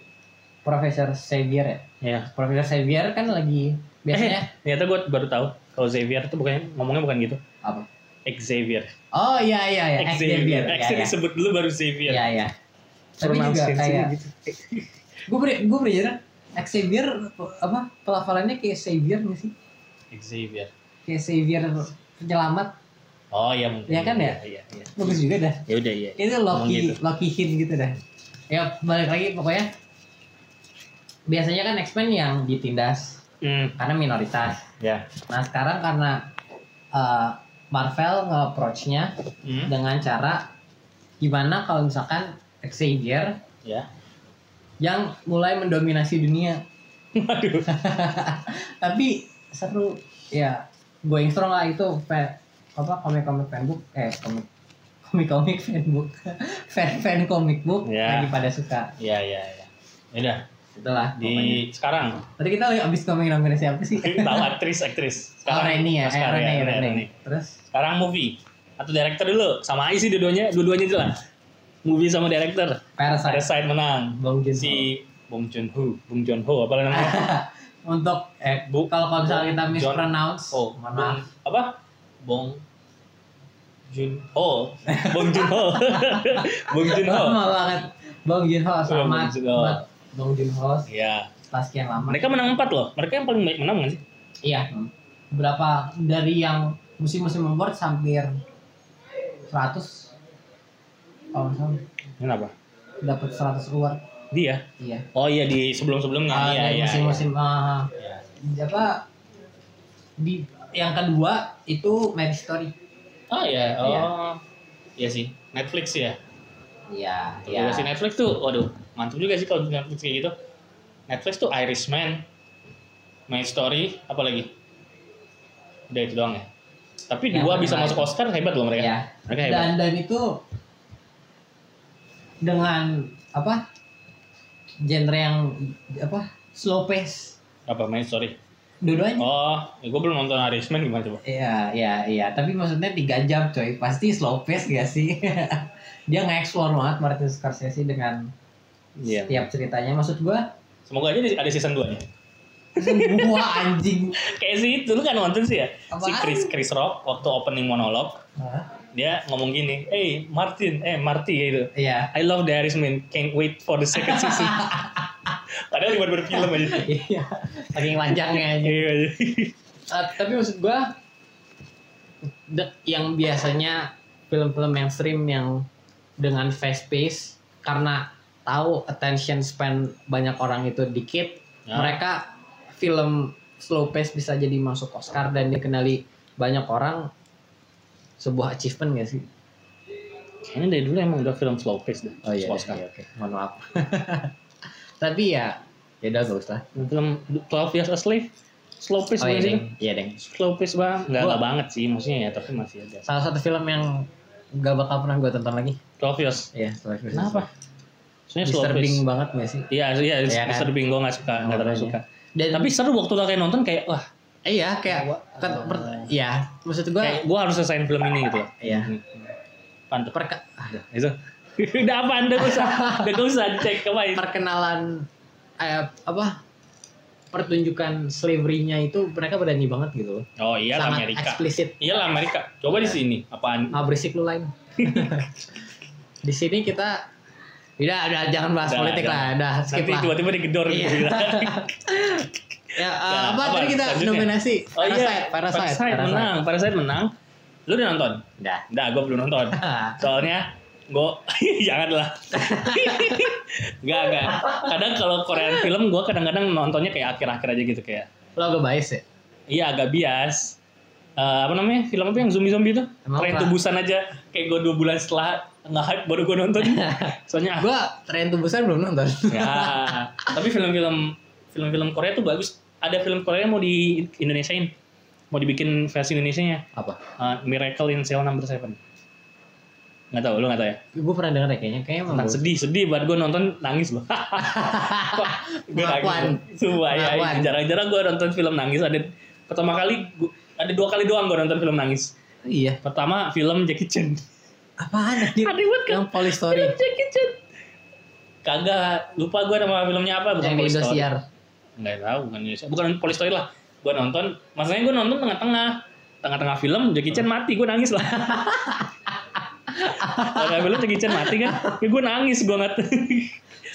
A: Profesor Xavier ya.
B: ya
A: Profesor Xavier kan lagi biasanya
B: ternyata gue baru tahu kalau Xavier tuh bukannya ngomongnya bukan gitu
A: apa?
B: Xavier
A: Oh iya iya iya Xavier.
B: X
A: Iya
B: disebut dulu baru
A: iya.
B: Xavier
A: Iya iya. Tapi juga
B: Pronunciation-nya
A: kayak
B: gitu.
A: gue ber gue berjalan Xavier apa pelafalannya kayak Xavier nggak sih?
B: Xavier
A: Kayak Xavier penyelamat
B: oh iya mungkin
A: Ya kan ya?
B: iya iya
A: bagus juga dah.
B: ya udah iya
A: Itu
B: Ngomong
A: Loki
B: gitu.
A: Loki hint gitu dah. Ya balik lagi pokoknya biasanya kan X-Men yang ditindas
B: hmm
A: karena minoritas.
B: ya
A: Nah sekarang karena eh, Marvel nge-approach-nya
B: hmm
A: dengan cara gimana kalau misalkan Xavier
B: ya
A: yang mulai mendominasi dunia
B: waduh
A: tapi seru ya going strong lah itu fan, apa komik komik fanbook eh komik komik komik fanbook fan fan komik book
B: Ya.
A: lagi pada suka
B: ya ya ya Ya udah
A: itulah pokoknya.
B: di sekarang
A: tadi kita abis ngomongin ngomongin siapa sih
B: tahu aktris aktris
A: Oh, Reni ya, eh,
B: Oscar,
A: Rene,
B: Rene,
A: Rene.
B: Rene.
A: Terus
B: sekarang movie atau director dulu sama aja sih dua-duanya dua-duanya jelas movie sama director ada
A: Parasite,
B: side menang
A: Bong Joon-ho.
B: si Bong Joon Ho Bong Joon Ho apa namanya
A: Untuk eh,
B: Bu-
A: kalau kalau misalnya kita
B: John-
A: mispronounce,
B: Oh,
A: mohon maaf.
B: Bong- apa? Bong Jun Ho, Bong Jun Ho, Bong Jun Ho.
A: Lama banget. Bong Joon Ho
B: Bong
A: selamat
B: Joon Ho.
A: buat Bong Joon Ho
B: Ya,
A: setelah sekian lama.
B: mereka menang empat loh. Mereka yang paling baik menang nggak sih?
A: Iya. Berapa dari yang musim-musim award hampir 100 kalau nggak salah
B: Kenapa?
A: dapat 100 award.
B: Dia.
A: Iya.
B: Oh iya di sebelum-sebelumnya.
A: Ah,
B: iya,
A: dari
B: iya.
A: musim-musim ah,
B: iya.
A: apa di yang kedua itu Marriage Story.
B: Oh iya, oh.
A: Iya.
B: Iya sih, Netflix ya.
A: Iya,
B: Iya. sih Netflix tuh, waduh, mantap juga sih kalau di Netflix kayak gitu. Netflix tuh Irishman, My Story, apalagi. Udah itu doang ya. Tapi
A: Yang
B: dua bisa
A: paling
B: masuk
A: lain.
B: Oscar hebat loh mereka.
A: Iya.
B: Mereka hebat.
A: Dan dan itu dengan apa? genre yang apa? slow pace
B: apa main story
A: dua-duanya.
B: oh ya gue belum nonton Irishman gimana coba
A: Iya, iya, iya. Tapi maksudnya tiga jam coy. Pasti slow pace gak sih? Dia nge-explore banget Martin Scorsese dengan
B: iya
A: tiap ceritanya. Maksud gua,
B: semoga aja ada season 2 nya
A: gua anjing.
B: kayak si itu lu kan nonton sih ya si
A: Apaan?
B: Chris Chris Rock waktu opening monolog
A: Hah?
B: dia ngomong gini hey Martin eh Marty kayak gitu
A: Iya.
B: I love the Irishman can't wait for the second season padahal cuma berfilm aja
A: Iya. Saking panjangnya aja.
B: Iya, iya.
A: Eh, tapi maksud gua, de- yang biasanya film-film mainstream yang dengan fast pace karena tahu attention span banyak orang itu dikit
B: Ya.
A: mereka film slow pace bisa jadi masuk Oscar dan dikenali banyak orang sebuah achievement gak sih?
B: kayaknya dari dulu emang udah film slow pace kan. dah
A: Oh, iya,
B: Oscar.
A: oke. Mohon maaf. Tapi ya, ya udah gak usah.
B: film 12 Years a Slave slow pace
A: Oh iya,
B: banget sih
A: Deng. Iya, Deng.
B: slow pace banget nggak
A: Gua-
B: nggak banget sih maksudnya ya tapi masih ada
A: Salah satu film yang gak bakal pernah gue tonton lagi.
B: 12 Years
A: Iya, Slow Pace.
B: kenapa Soalnya slow pace
A: disturbing banget gak sih?
B: Iya, iya,
A: Iya kan? Oh, iya.
B: Mr. Bingo nggak suka, nggak terlalu
A: Makanya.
B: suka.
A: Dan
B: Tapi seru waktu lo kayak nonton kayak wah,
A: iya kayak kan per- ya maksud gua
B: gitu ya? kayak gue harus selesaiin film ini gitu. loh.
A: iya
B: Mantep.
A: perka
B: Nah, Itu udah apa anda gak usah udah gak usah cek kemarin
A: perkenalan eh, apa pertunjukan slavery-nya itu mereka berani banget gitu loh.
B: oh iya lah
A: Sangat
B: Amerika
A: eksplisit.
B: iya lah Amerika coba di sini apaan
A: Ah, berisik lu lain. Di sini kita udah udah jangan bahas
B: Udah,
A: politik
B: jangan.
A: lah, udah skip
B: nanti
A: lah.
B: tiba-tiba digedor
A: Iya.
B: gitu
A: Ya, eh, apa
B: Nah, apa?
A: tadi kita
B: Selanjutnya.
A: nominasi
B: oh iya
A: Parasite, Parasite,
B: Parasite menang Parasite menang lu udah nonton
A: Udah.
B: Nah, gue belum nonton. Soalnya gue janganlah. Enggak, enggak. Kadang kalau Korean film gue kadang-kadang nontonnya kayak akhir-akhir aja gitu kayak.
A: Lo agak bias ya?
B: Iya agak bias. Eh, apa namanya film apa yang zombie zombie itu
A: Emang
B: kayak
A: apa?
B: tubusan aja kayak gue dua bulan setelah nggak hype baru gue nonton soalnya ah,
A: Gua tren tubusan belum nonton.
B: ya tapi film-film film-film Korea tuh bagus ada film Korea yang mau di Indonesiain mau dibikin versi Indonesianya
A: Apa?
B: Eh, Miracle in Cell Number Seven nggak tahu lu nggak tahu ya
A: Gue pernah dengar ya kayaknya, kayaknya emang
B: Tentang
A: bagus.
B: sedih, sedih banget gue nonton nangis loh. gue
A: Pengakuan.
B: nangis. Sumpah ya,
A: Pengakuan.
B: jarang-jarang gue nonton film nangis. Ada pertama kali gua- ada dua kali doang gue nonton film nangis.
A: Iya.
B: Pertama film Jackie Chan.
A: Apaan anjir?
B: Ada buat kan?
A: Yang Police Story
B: Film Jackie Chan. Kagak, lupa gue nama filmnya apa, bukan
A: yang di
B: Police Story.
A: Indosiar.
B: Nggak tahu, bukan Indonesia. Bukan Police Story lah. Gue nonton, maksudnya gue nonton tengah-tengah. Tengah-tengah film Jackie Chan mati, gue nangis lah. Tengah film Jackie Chan mati kan, ya gue nangis, gue nggak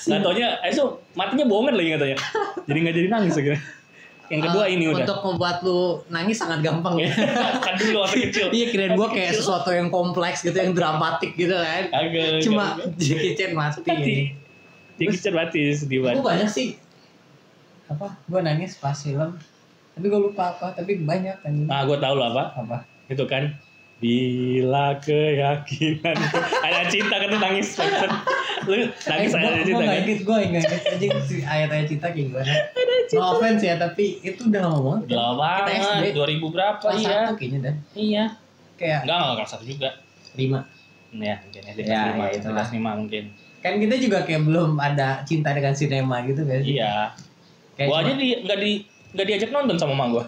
B: Nggak taunya, eh so, matinya bohongan lagi katanya. Jadi nggak jadi nangis akhirnya. Yang kedua
A: Eh,
B: ini udah.
A: Untuk membuat lu nangis sangat gampang ya.
B: kan dulu waktu kecil.
A: Iya kirain gue
B: Waktu
A: kayak
B: kecil.
A: sesuatu yang kompleks gitu, yang dramatik gitu kan.
B: Agak.
A: Cuma
B: agak-
A: Jackie Chan
B: mati.
A: mati.
B: Jackie Chan mati sedih
A: Gue
B: banget.
A: banyak sih apa? Gue nangis pas film. Tapi gue lupa apa. Tapi banyak kan.
B: Nah, gue tahu lo apa.
A: Apa?
B: itu kan bila keyakinan ada cinta kan tuh nangis bangsat. lu nangis
A: Eh, gua-
B: ada
A: gua
B: cinta
A: nggak
B: kan
A: inget, gue inget aja si ayat-ayat cinta kayak gimana. No offense ya, tapi itu udah lama banget.
B: udah lama
A: Kita SD.
B: banget 2000 berapa
A: Kelas
B: iya
A: satu kayaknya dah.
B: iya
A: Kayak
B: enggak enggak kelas satu juga
A: lima.
B: ya mungkin ya,
A: Ya,
B: di kelas lima
A: ya,
B: di
A: itulah.
B: kelas lima mungkin
A: Kan kita juga kayak belum ada cinta dengan sinema gitu kan.
B: iya
A: Kayak
B: gua aja
A: cuma-
B: di nggak di nggak diajak nonton sama mama gua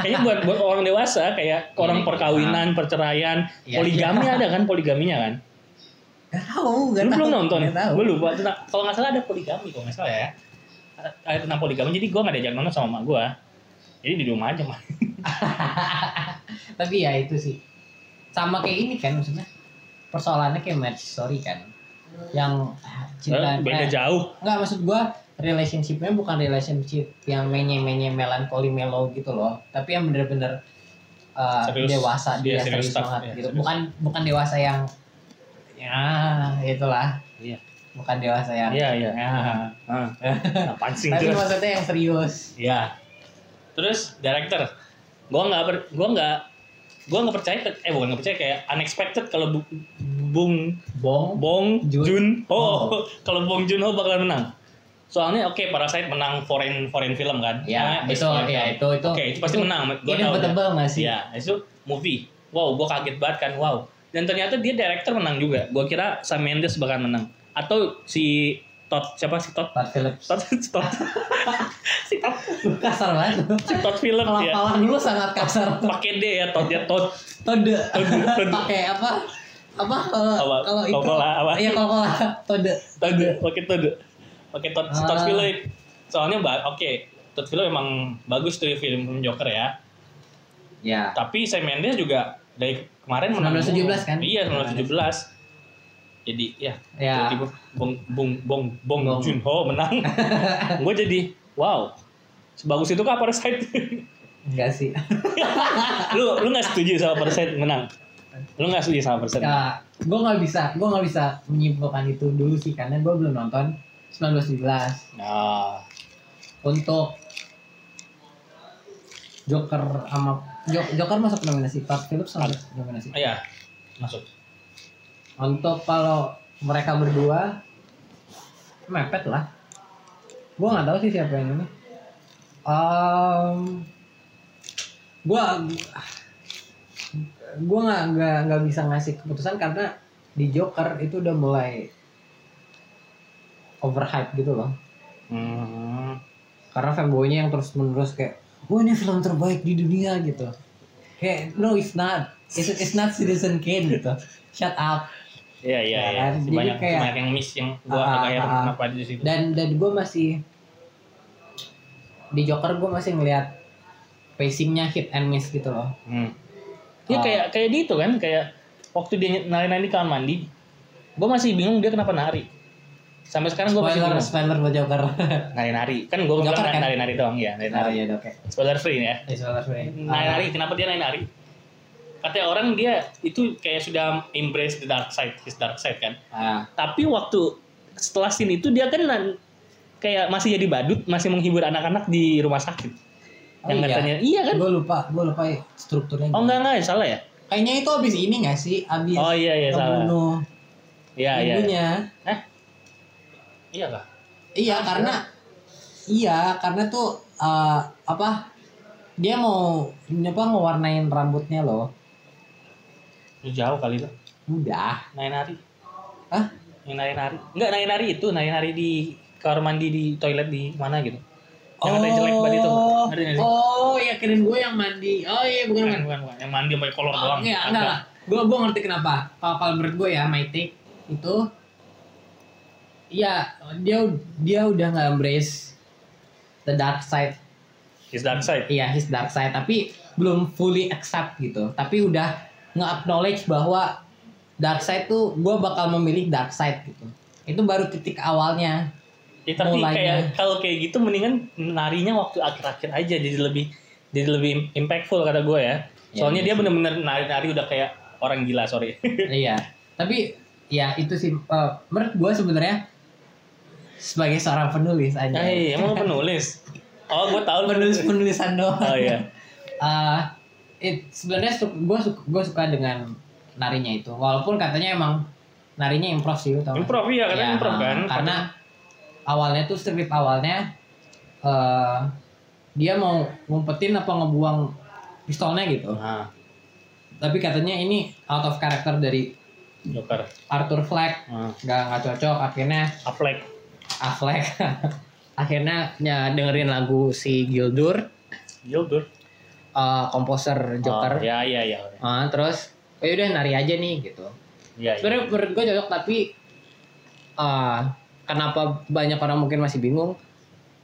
B: kayaknya buat buat orang dewasa kayak orang
A: Ini,
B: perkawinan perceraian
A: Iya.
B: poligami ada kan poligaminya kan
A: Gak tahu, gak
B: Lu
A: tahu.
B: belum nonton?
A: Gak tahu.
B: Gue lupa. Tentang- Kalau nggak salah ada poligami kalau nggak salah ya. Ada tentang poligami. Jadi gue nggak diajak nonton sama emak gue. Jadi di rumah aja mah.
A: Tapi ya itu sih. Sama kayak ini kan maksudnya. Persoalannya kayak match story kan. Yang ah, cinta
B: Beda
A: eh,
B: jauh.
A: Enggak maksud gua relationshipnya bukan relationship yang menye-menye melankoli melo gitu loh, tapi yang bener-bener uh,
B: Serius.
A: dewasa dia
B: Iya,
A: serius,
B: serius stuff.
A: banget
B: Iya,
A: gitu.
B: serius.
A: Bukan bukan dewasa yang ya itulah.
B: Iya.
A: Bukan dewasa yang
B: Iya iya.
A: ya.
B: Ah, Apaan sih
A: Tapi
B: itu?
A: maksudnya yang serius.
B: Iya. Terus director. Gue nggak per, gue nggak gue nggak percaya ke- eh bukan nggak percaya kayak unexpected kalau Bu- Bung
A: Bong.
B: Bong
A: Jun.
B: Jun, Ho
A: Oh.
B: kalau Bong Jun Ho bakalan menang soalnya oke Parasite menang foreign foreign film kan
A: Ya,
B: Karena
A: itu
B: best foreign
A: ya
B: film.
A: itu itu.
B: Oke, itu pasti menang. Gua
A: Ini
B: tahu
A: yang
B: dia.
A: tebal nggak sih?
B: Iya, itu movie. Wow, gua kaget banget kan, wow. Dan ternyata dia director menang juga. Gua kira Sam Mendes bakal menang. Atau si Todd, siapa si Todd?
A: Todd Phillips.
B: Todd, si Todd, si Todd,
A: Kasar banget.
B: si Todd film ya.
A: Pelapalan dulu sangat kasar.
B: Pakai D ya, Todd ya Todd.
A: Tode.
B: Tode.
A: Pakai apa? Apa kalau
B: Apa?
A: kalau itu?
B: Kokola, apa?
A: Iya kokola. Tode.
B: Todd, ya. pakai Todd, pakai Todd, si Todd
A: Ah.
B: Phillips. Soalnya ba- oke, Todd Phillips emang bagus tuh film film Joker ya.
A: Ya.
B: Tapi Sam Mendes juga dari kemarin menang.
A: 1917 kan?
B: Iya, 1917. Jadi ya
A: Ya.
B: tiba-tiba bong bong bong bong,
A: Bong.
B: Junho menang gue jadi wow sebagus itu kah Parasite
A: Enggak sih.
B: lu lu nggak setuju sama Parasite menang lu nggak setuju sama Parasite
A: Ya, gue nggak bisa, gue nggak bisa menyimpulkan itu dulu sih karena gue belum nonton 1917
B: nah
A: untuk Joker sama Jo- Joker masuk nominasi, Todd Phillips masuk nominasi.
B: iya masuk
A: Untuk kalau mereka berdua mepet lah. Gua nggak tahu sih siapa yang ini. Em, gua gua nggak nggak nggak bisa ngasih keputusan karena di Joker itu udah mulai overhype gitu loh.
B: hmm.
A: Karena fanboynya yang terus menerus kayak, wah ini film terbaik di dunia gitu. Kayak no it's not, it's, it's not Citizen Kane gitu. Shut up.
B: Iya iya
A: Ya
B: iya.
A: kan?
B: Masih
A: Jadi
B: Banyak
A: kayak-
B: banyak yang miss yang gua
A: Ah,
B: agak
A: ah,
B: heran
A: ah.
B: kenapa ada di situ.
A: dan dan gue masih di Joker gue masih ngelihat pacingnya hit and miss gitu loh
B: Hmm. Dia
A: Ah.
B: kayak kayak di itu kan kayak waktu dia nari-nari di kamar mandi. Gua masih bingung dia kenapa nari. Sampai sekarang Kan gua masih
A: spoiler
B: bingung.
A: spoiler buat Joker
B: Nari-nari. Kan gua bilang
A: Joker, kan?
B: nari-nari doang
A: oh
B: ya, nari-nari.
A: iya oke
B: Spoiler free nih ya.
A: Eh, spoiler sorry.
B: Nari-nari kenapa dia nari-nari? Katanya orang dia itu kayak sudah embrace the dark side, his dark side kan.
A: Ah,
B: tapi waktu setelah scene itu dia kan nan- kayak masih jadi badut masih menghibur anak-anak di rumah sakit
A: Oh,
B: yang
A: iya.
B: katanya iya kan
A: gue lupa gue lupa ya strukturnya gimana.
B: oh enggak enggak salah ya
A: kayaknya itu abis ini gak sih abis
B: oh iya iya salah
A: ngebunuh
B: iya iya
A: ibunya
B: Hah? iya kah
A: iya karena iya karena tuh eh, apa dia mau apa ngewarnain rambutnya loh
B: Lu jauh kali itu
A: udah
B: nari nari
A: Hah?
B: yang nari nari enggak nari nari itu nari nari di kamar mandi di toilet di mana gitu yang ada jelek banget itu ngerti nggak sih
A: Oh, ya kirain gue yang mandi. Oh iya bukan
B: bukan
A: bukan.
B: bukan bukan yang mandi pakai kolor doang
A: Iya, enggak lah. Gue gue ngerti kenapa. Kalau kalau menurut gue ya, my take itu Iya, dia dia udah nggak embrace the dark side.
B: his dark side
A: Iya, his dark side, tapi belum fully accept gitu. Tapi udah nge-acknowledge bahwa dark side tuh gue bakal memilih dark side gitu. Itu baru titik awalnya.
B: Ya, tapi
A: mulainya.
B: kayak kalau kayak gitu mendingan narinya waktu akhir-akhir aja jadi lebih jadi lebih impactful kata gue ya.
A: Ya,
B: Soalnya
A: iya
B: dia bener-bener nari-nari udah kayak orang gila sorry.
A: iya tapi ya itu sih eh, menurut gue sebenarnya sebagai seorang penulis aja
B: Hey, Eh, emang lu penulis? Oh gue tahu lu
A: iya. penulis penulisan doang
B: Oh iya.
A: Eh, it- sebenarnya gue suka, gua suka dengan narinya itu walaupun katanya emang narinya improv sih tau gak?
B: Improv iya karena
A: Ya,
B: improv kan.
A: karena awalnya tuh strip awalnya eh dia mau ngumpetin apa ngebuang pistolnya gitu
B: Nah,
A: tapi katanya ini out of character dari
B: Joker.
A: Arthur Fleck
B: Nah,
A: nggak nggak cocok akhirnya
B: Affleck.
A: Affleck akhirnya ya, dengerin lagu si Gildur
B: Joker.
A: eh, komposer
B: Oh,
A: Joker
B: ya iya iya.
A: Ah, terus oh udah nari aja nih gitu
B: Iya. iya.
A: sebenarnya menurut gue cocok tapi ah, kenapa banyak orang mungkin masih bingung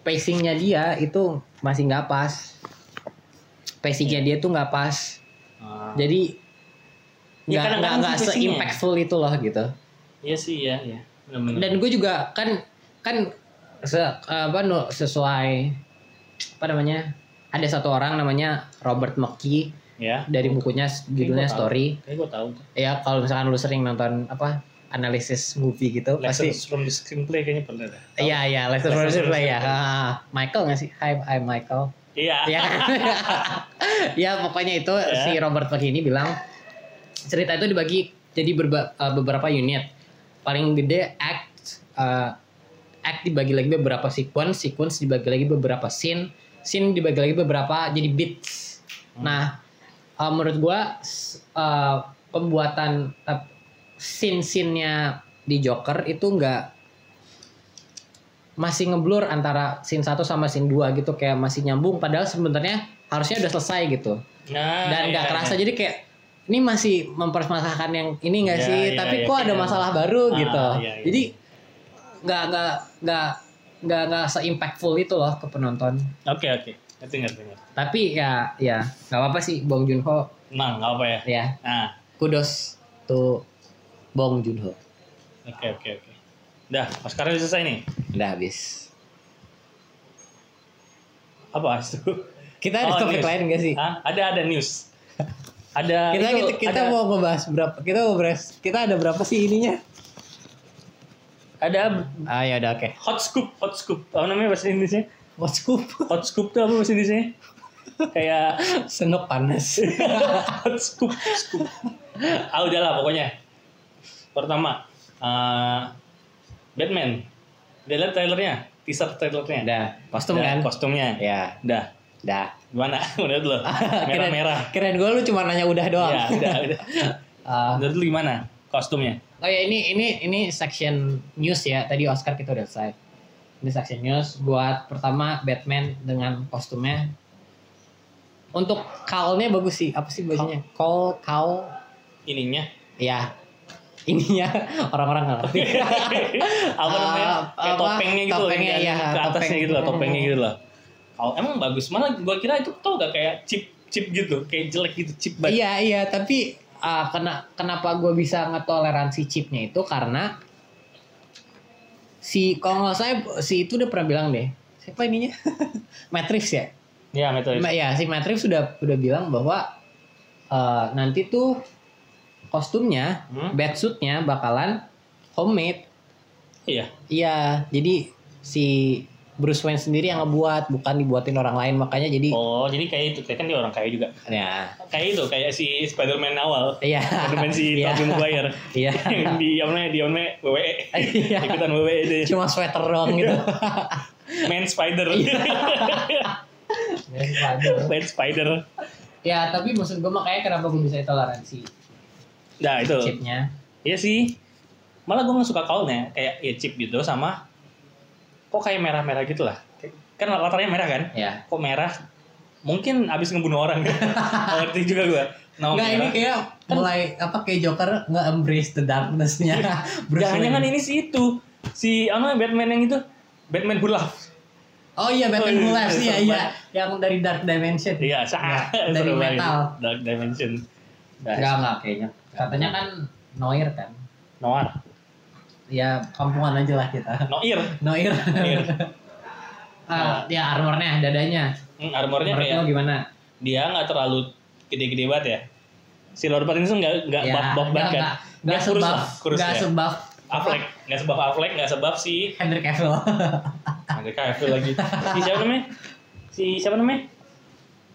A: pacingnya dia itu masih nggak pas pacingnya dia tuh nggak pas
B: Ah,
A: jadi
B: Ya,
A: nggak nggak
B: kadang-kadang
A: nggak
B: sih
A: se
B: pacingnya.
A: impactful itu loh gitu
B: Iya sih iya iya. Bener-bener.
A: dan gue juga kan kan se- apa nu- sesuai apa namanya ada satu orang namanya Robert McKee
B: ya.
A: dari bukunya s- judulnya
B: Ini gua tahu.
A: Story
B: Kayak gue tahu.
A: ya kalau misalkan lu sering nonton apa analisis movie gitu pasti
B: Lessons from the screenplay kayaknya pernah dah.
A: iya iya Lester Rosen
B: Lester
A: lah
B: Rosen.
A: ya Ah, Michael nggak sih Hi I'm Michael
B: Iya.
A: ya kan? ya pokoknya itu
B: Ya.
A: si Robert McKee ini bilang cerita itu dibagi jadi berba- eh, beberapa unit paling gede act eh, act dibagi lagi beberapa sequence sequence dibagi lagi beberapa scene scene dibagi lagi beberapa jadi beats
B: Hmm.
A: nah eh, menurut gua s- eh, pembuatan eh, scene-scene-nya di Joker itu nggak masih ngeblur antara scene 1 sama scene 2 gitu kayak masih nyambung padahal sebenarnya harusnya udah selesai gitu
B: Nah,
A: dan nggak
B: iya,
A: kerasa
B: iya.
A: jadi kayak ini masih mempermasalahkan yang ini nggak
B: Iya,
A: sih
B: iya,
A: tapi
B: iya,
A: kok
B: kayak
A: ada
B: yang-
A: masalah baru
B: Ah,
A: gitu
B: iya, iya.
A: jadi nggak nggak nggak nggak nggak se impactful itu loh ke penonton
B: Oke oke. Ngerti ngerti ngerti.
A: tapi ya ya nggak apa apa sih Bong Joon-ho
B: Nah, nggak apa ya.
A: ya
B: Nah,
A: kudos tuh Bong Joon-ho
B: oke oke oke. Dah, sekarang udah selesai nih.
A: udah habis
B: Apa itu?
A: kita ada
B: Oh,
A: topik
B: news.
A: lain nggak sih
B: Hah? Ada ada news. Ada
A: kita
B: itu,
A: kita, kita
B: ada,
A: mau ngebahas berapa kita mau bahas kita ada berapa sih ininya
B: ada
A: ah ya udah oke
B: hot scoop, hot scoop. Apa namanya bahasa Indonesia?
A: what's up
B: Hot scoop tuh apa bahasa Indonesia? Kayak
A: sendok panas
B: hot scoop, scoop. Ah udahlah pokoknya. Pertama, eh, Batman. Udah lihat trailernya, teaser trailernya.
A: udah kostum
B: Dan
A: kan
B: Kostumnya.
A: ya
B: Dah,
A: udah
B: gimana menurut lo?
A: Keren-
B: Merah-merah.
A: keren gue lu cuma nanya udah doang
B: Ya, udah, udah.
A: Ah,
B: Menurut lu gimana kostumnya?
A: oh ya ini ini ini section news ya tadi Oscar kita udah selesai ini section news buat pertama Batman dengan kostumnya untuk cowl-nya bagus sih apa sih bajunya cowl cowl
B: Ininya?
A: ya ini ya orang-orang nggak ngerti.
B: apa namanya?
A: Ah,
B: Kayak
A: apa?
B: topengnya gitu loh, yang
A: Topengnya,
B: di-
A: iya,
B: ke atasnya
A: topeng.
B: gitu lah, topengnya gitu lah. Kalau emang bagus, mana gua kira itu tau gak kayak chip chip gitu, kayak jelek gitu, chip banget.
A: iya iya tapi ah, kena kenapa gue bisa ngetoleransi chipnya itu karena si kalau nggak saya si itu udah pernah bilang deh siapa ininya Matrix ya
B: Iya, metode.
A: Ma- ya si Matrix sudah sudah bilang bahwa eh, nanti tuh kostumnya
B: Hmm?
A: batsuitnya bakalan homemade
B: Iya.
A: iya jadi si Bruce Wayne sendiri yang ngebuat bukan dibuatin orang lain makanya jadi
B: Oh, jadi kayak itu, kayak kan dia orang kaya juga.
A: ya
B: Kayak itu, kayak si Spider-Man awal.
A: iya
B: Spider-Man si
A: Iya.
B: Tobey Maguire.
A: iya
B: Yang di apa namanya? Di apa namanya? WWE.
A: Iya.
B: Ikutan WWE itu.
A: cuma Iya. sweater doang gitu
B: Man Spider. Man Spider.
A: ya tapi maksud gue makanya kenapa gue bisa toleransi
B: Nah, itu.
A: chipnya
B: Iya sih. Malah gue gak suka kaulnya. Kayak ya chip gitu sama kok kayak merah-merah gitu lah. Kan latarnya merah kan?
A: ya
B: Kok merah? Mungkin abis ngebunuh orang. Nggak Ngerti juga gue. Nah,
A: Nggak, ini kayak mulai apa kayak Joker nge embrace the darkness-nya. Bruce
B: Jangan jangan
A: Wayne.
B: Iya. kan ini si itu. Si apa namanya, Batman yang itu. Batman Hulaf.
A: Oh iya Batman
B: Oh,
A: Who
B: iya,
A: Laughs iya
B: seru
A: iya yang dari Dark Dimension.
B: Iya, sah.
A: Nah, dari
B: Seru banget.
A: metal.
B: Dark Dimension. Nah,
A: Enggak enggak kayaknya. Katanya kan Noir kan.
B: Noir.
A: Ya kampungan aja lah kita.
B: Noir.
A: Noir.
B: Noir.
A: ah, ya armornya, dadanya.
B: Hmm, armornya
A: Menurut
B: kayak
A: lo gimana?
B: dia nggak terlalu gede-gede banget ya. Si Robert Pattinson nggak nggak
A: Ya.
B: buff buff banget kan.
A: enggak enggak
B: Dia kurus
A: sebab
B: lah, kurus
A: enggak
B: ya.
A: sebab
B: Affleck nggak sebab Affleck nggak sebab si
A: Henry Cavill.
B: ada KFL lagi. Si siapa namanya? Si siapa namanya?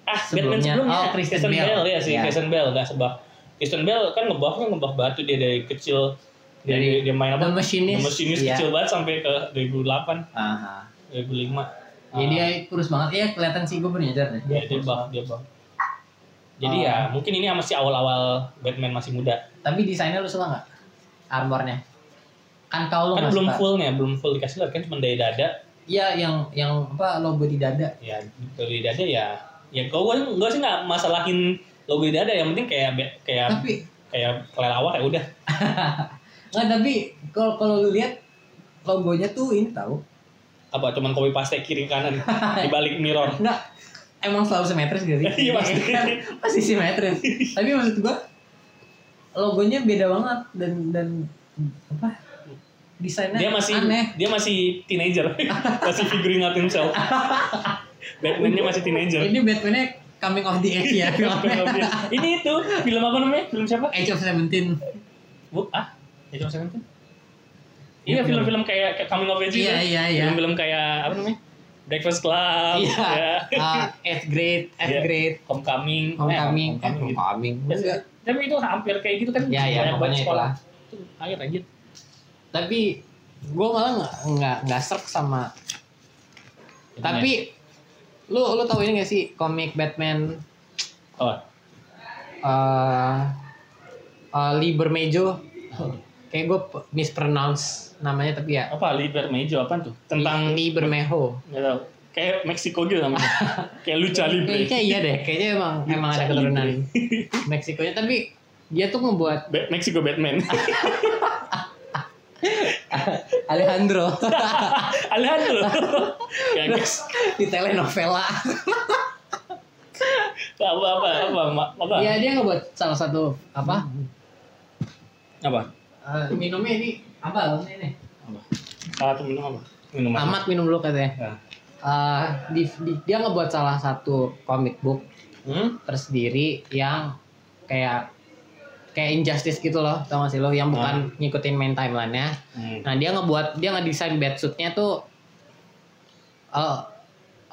B: Ah, Batman
A: Sebelumnya.
B: sebelumnya.
A: Oh, Kristen
B: Bell.
A: Bell.
B: ya si
A: Iya.
B: Kristen Bell nggak sebab. Kristen Bell kan ngebuffnya ngebuff batu dia dari kecil. Dia,
A: Dari
B: dia, dia main
A: The
B: apa?
A: Machinist.
B: The Machinist
A: Iya.
B: kecil Ah. banget sampai ke 2008,
A: Aha.
B: 2005.
A: Ya dia kurus banget. Iya kelihatan sih gue bernyadar deh.
B: Ah, dia dia buff, dia buff. Jadi
A: ya. Ah.
B: ya mungkin ini masih awal-awal Batman masih muda.
A: Tapi desainnya lu suka nggak? Armornya? Kan kau lu
B: kan
A: nggak
B: belum
A: suka.
B: fullnya belum full dikasih lihat kan cuma dari dada
A: Iya yang yang apa logo di dada.
B: ya dari dada ya ya kalau gue gue sih nggak masalahin logo di dada yang penting kayak be- kayak
A: Tapi
B: kayak kelelawar ya udah
A: nggak tapi kalau kalau lu lihat logonya tuh ini tahu.
B: apa cuman copy paste kiri kanan di balik mirror
A: Nggak emang selalu simetris gitu sih.
B: Iya, pasti.
A: Kan, pasti simetris. tapi maksud gua logonya beda banget dan dan apa desainnya
B: dia masih
A: aneh.
B: dia masih teenager masih figuring out himself Batman-nya masih teenager
A: Ini Batman-nya coming of the age ya filmnya.
B: ini itu film apa namanya film siapa
A: Age of 17.
B: Bu, ah, ya cuma Seventeen. Iya film-film kayak kayak Coming of Age
A: Iya,
B: itu.
A: iya, iya.
B: Film-film kayak apa namanya? Breakfast Club,
A: Iya.
B: ya.
A: Ah, eighth grade, eighth
B: Iya.
A: grade, homecoming,
B: Homecoming, eh,
A: eh,
B: homecoming gitu.
A: homecoming.
B: Ya,
A: Enggak.
B: Tapi itu hampir kayak gitu kan.
A: Ya, ya,
B: banyak
A: pokoknya
B: banget sekolah. Itu akhir anjir.
A: Tapi gue malah nggak nggak nggak serk sama. Tapi lu lu tahu ini gak sih komik Batman
B: oh,
A: eh eh, Lee Bermejo? Kayak gue mispronounce namanya tapi ya.
B: apa Liber Mejo apa tuh?
A: Tentang
B: Tentang
A: Lee Bermejo.
B: nggak tahu. Kayak Meksiko gitu namanya. kayak Lucha Libre.
A: Kayaknya iya deh. Kayaknya emang emang ada
B: Cari
A: keturunan Meksikonya. Tapi dia tuh ngebuat
B: Ba- Meksiko Batman.
A: Alejandro
B: Alejandro. kayak guys.
A: di telenovela.
B: Apa apa apa ma- apa?
A: Iya dia ngebuat salah satu apa
B: Apa?
A: Eh, minumnya ini apa ini nih?
B: Apa? Salah satu minum apa? Minum apa?
A: Amat minum dulu katanya.
B: Ya.
A: Eh, di- di- dia ngebuat salah satu comic book
B: Hmm?
A: tersendiri yang kayak kayak injustice gitu loh, tau gak sih lo? Yang bukan ngikutin main timelinenya.
B: Hmm.
A: Nah dia ngebuat dia ngedesain batsuitnya tuh eh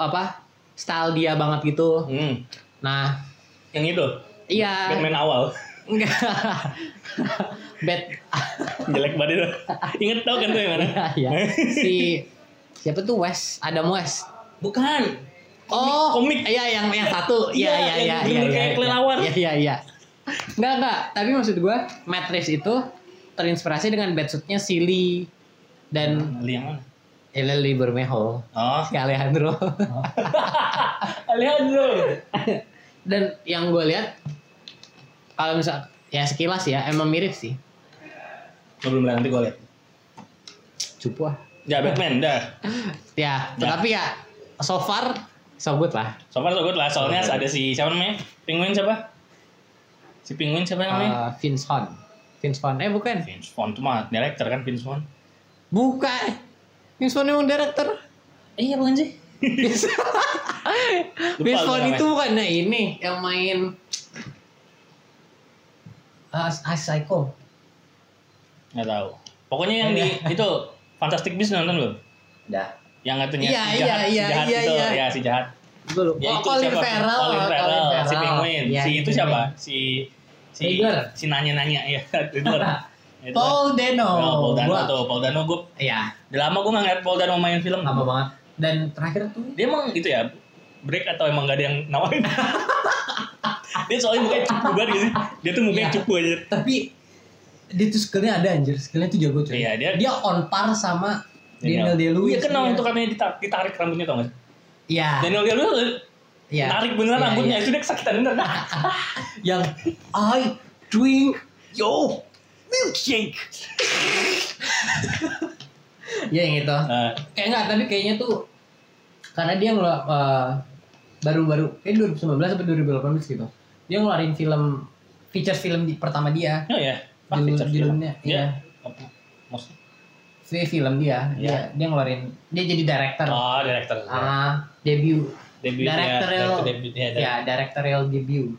A: apa style dia banget gitu.
B: Hmm.
A: Nah
B: Yang itu,
A: iya
B: Batman awal.
A: enggak bat
B: Jelek banget itu. Ingat tau kan tuh yang mana?
A: Iya, iya. si siapa tuh Wes? Adam West.
B: Bukan.
A: Oh,
B: komik.
A: Iya, yang yang satu. Iya,
B: Iya,
A: iya, iya,
B: yang
A: iya.
B: bener-bener kayak
A: iya,
B: kelelawar.
A: Iya, iya, iya. Enggak, enggak. Tapi maksud gua, Matrix itu terinspirasi dengan batsuitnya Silly dan
B: Ali yang mana?
A: Ellie Bermejo.
B: Oh.
A: Si Alejandro.
B: Alejandro.
A: dan yang gue lihat kalau misal ya sekilas ya emang mirip sih.
B: Gua belum lihat nanti gue lihat.
A: cupu ah.
B: Ya Batman dah.
A: Ya, tetapi ya so far so good lah.
B: So far so good lah. Soalnya ada si siapa namanya? Penguin siapa? Si Penguin siapa namanya?
A: Eh, Vince Vaughn. Vince Vaughn. Eh bukan.
B: Vince Vaughn tuh mah director kan Vince Vaughn.
A: Bukan. Vince Vaughn yang director.
B: Eh, iya bukan sih?
A: Vince Vince
B: gue
A: Vaughn
B: namanya.
A: itu bukan nah ini yang main Ah, ah, Psycho.
B: Nggak tahu. Pokoknya yang di
A: Iya.
B: itu Fantastic Beasts nonton belum?
A: Dah.
B: Yang katanya
A: Iya,
B: si jahat,
A: iya,
B: si jahat
A: iya,
B: itu,
A: iya.
B: ya si jahat.
A: Gue lupa.
B: Ya,
A: oh,
B: itu
A: Colin
B: siapa?
A: Farrell.
B: Colin
A: oh,
B: Farrell, si
A: Farrell.
B: Penguin.
A: Iya,
B: si itu
A: Penguin.
B: siapa? Si si
A: Riddler.
B: si nanya-nanya ya, Riddler. Riddler.
A: Paul Dano.
B: Oh, Paul Dano
A: Gua-
B: tuh, Paul Dano gue
A: Iya,
B: udah lama gue nggak ngeliat Paul Dano main film.
A: lama banget. Dan terakhir tuh
B: Dia emang gitu ya, break atau emang gak ada yang nawarin? dia soalnya mukanya cupu banget gitu. Dia tuh mukanya
A: Iya.
B: cupu aja.
A: tapi dia tuh skillnya ada anjir skillnya tuh jago cuy
B: Iya, dia-
A: on par sama
B: Daniel.
A: Daniel Day Lewis
B: Iya kan namanya itu katanya ditarik, ditarik rambutnya tau gak? sih?
A: iya
B: Daniel Day Lewis
A: iya
B: tarik beneran
A: Iya,
B: rambutnya
A: iya.
B: itu dia kesakitan beneran.
A: yang I drink yo milkshake ya yang itu
B: Eh,
A: kayak enggak tapi kayaknya tuh karena dia ngelu eh, baru-baru kayak 2019 atau 2018 gitu dia ngeluarin film feature film di, pertama dia
B: oh ya, Pak
A: Judul-
B: Richard film.
A: judulnya, iya.
B: Iya. Apa? Maksudnya?
A: Fi- film dia dia dia ngeluarin dia jadi director
B: Iya. Oh, director.
A: Ah, debut
B: Debut
A: directorial-
B: director debut ya.
A: ya directorial debut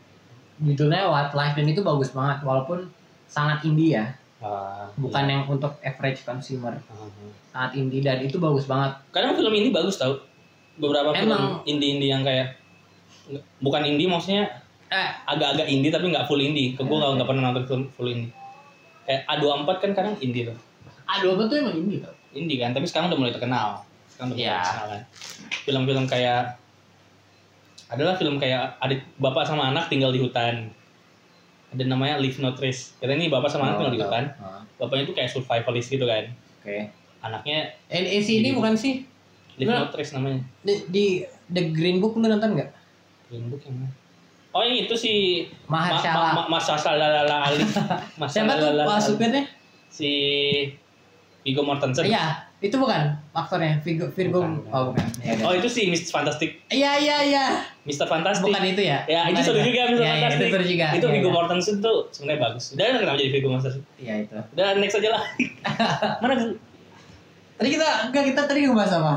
A: judulnya Wildlife dan itu bagus banget walaupun sangat indie ya
B: Ah,
A: bukan yang untuk average consumer sangat indie dan itu bagus banget
B: Kadang film ini bagus tau. Beberapa
A: Emang.
B: film indie-indie yang kayak bukan indie maksudnya
A: eh
B: agak-agak indie tapi nggak full indie. Ke gue nggak nggak pernah nonton film full indie. Kayak A24 kan kadang indie tuh.
A: aduh apa tuh emang indie tau
B: Indie kan, tapi sekarang udah mulai terkenal. Sekarang udah mulai
A: Iya.
B: terkenal kan. Film-film kayak adalah film kayak adik bapak sama anak tinggal di hutan. Ada namanya Leave No Trace. Karena ini bapak
A: Oh,
B: sama anak tinggal di
A: iya.
B: hutan. Bapaknya tuh kayak survivalist gitu kan.
A: Ah, oke
B: Anaknya
A: eh si ini bukan sih
B: Leave
A: Nah.
B: No Trace namanya.
A: di, di The Green Book lu nonton nggak
B: Green Book yang mana? Oh yang itu si
A: Mahershala.
B: Masalalala Ali.
A: siapa tuh
B: Mahershala
A: Pak supirnya
B: Si Viggo Mortensen.
A: iya itu bukan aktornya Virgo Virgo
B: Bukan.
A: oh bukan Iya,
B: Oh itu si Mr. Fantastic.
A: iya iya iya
B: Mr. Fantastic.
A: bukan itu ya
B: Ya, itu
A: Bukan
B: seru juga
A: Iya,
B: Mr.
A: iya,
B: Fantastic.
A: itu seru juga
B: Itu
A: Iya,
B: Viggo
A: iya.
B: Mortensen tuh sebenarnya bagus. Udah kenapa jadi Viggo Mortensen?
A: iya itu
B: Udah next aja lah. Mana tuh?
A: tadi kita enggak kita tadi ngebahas apa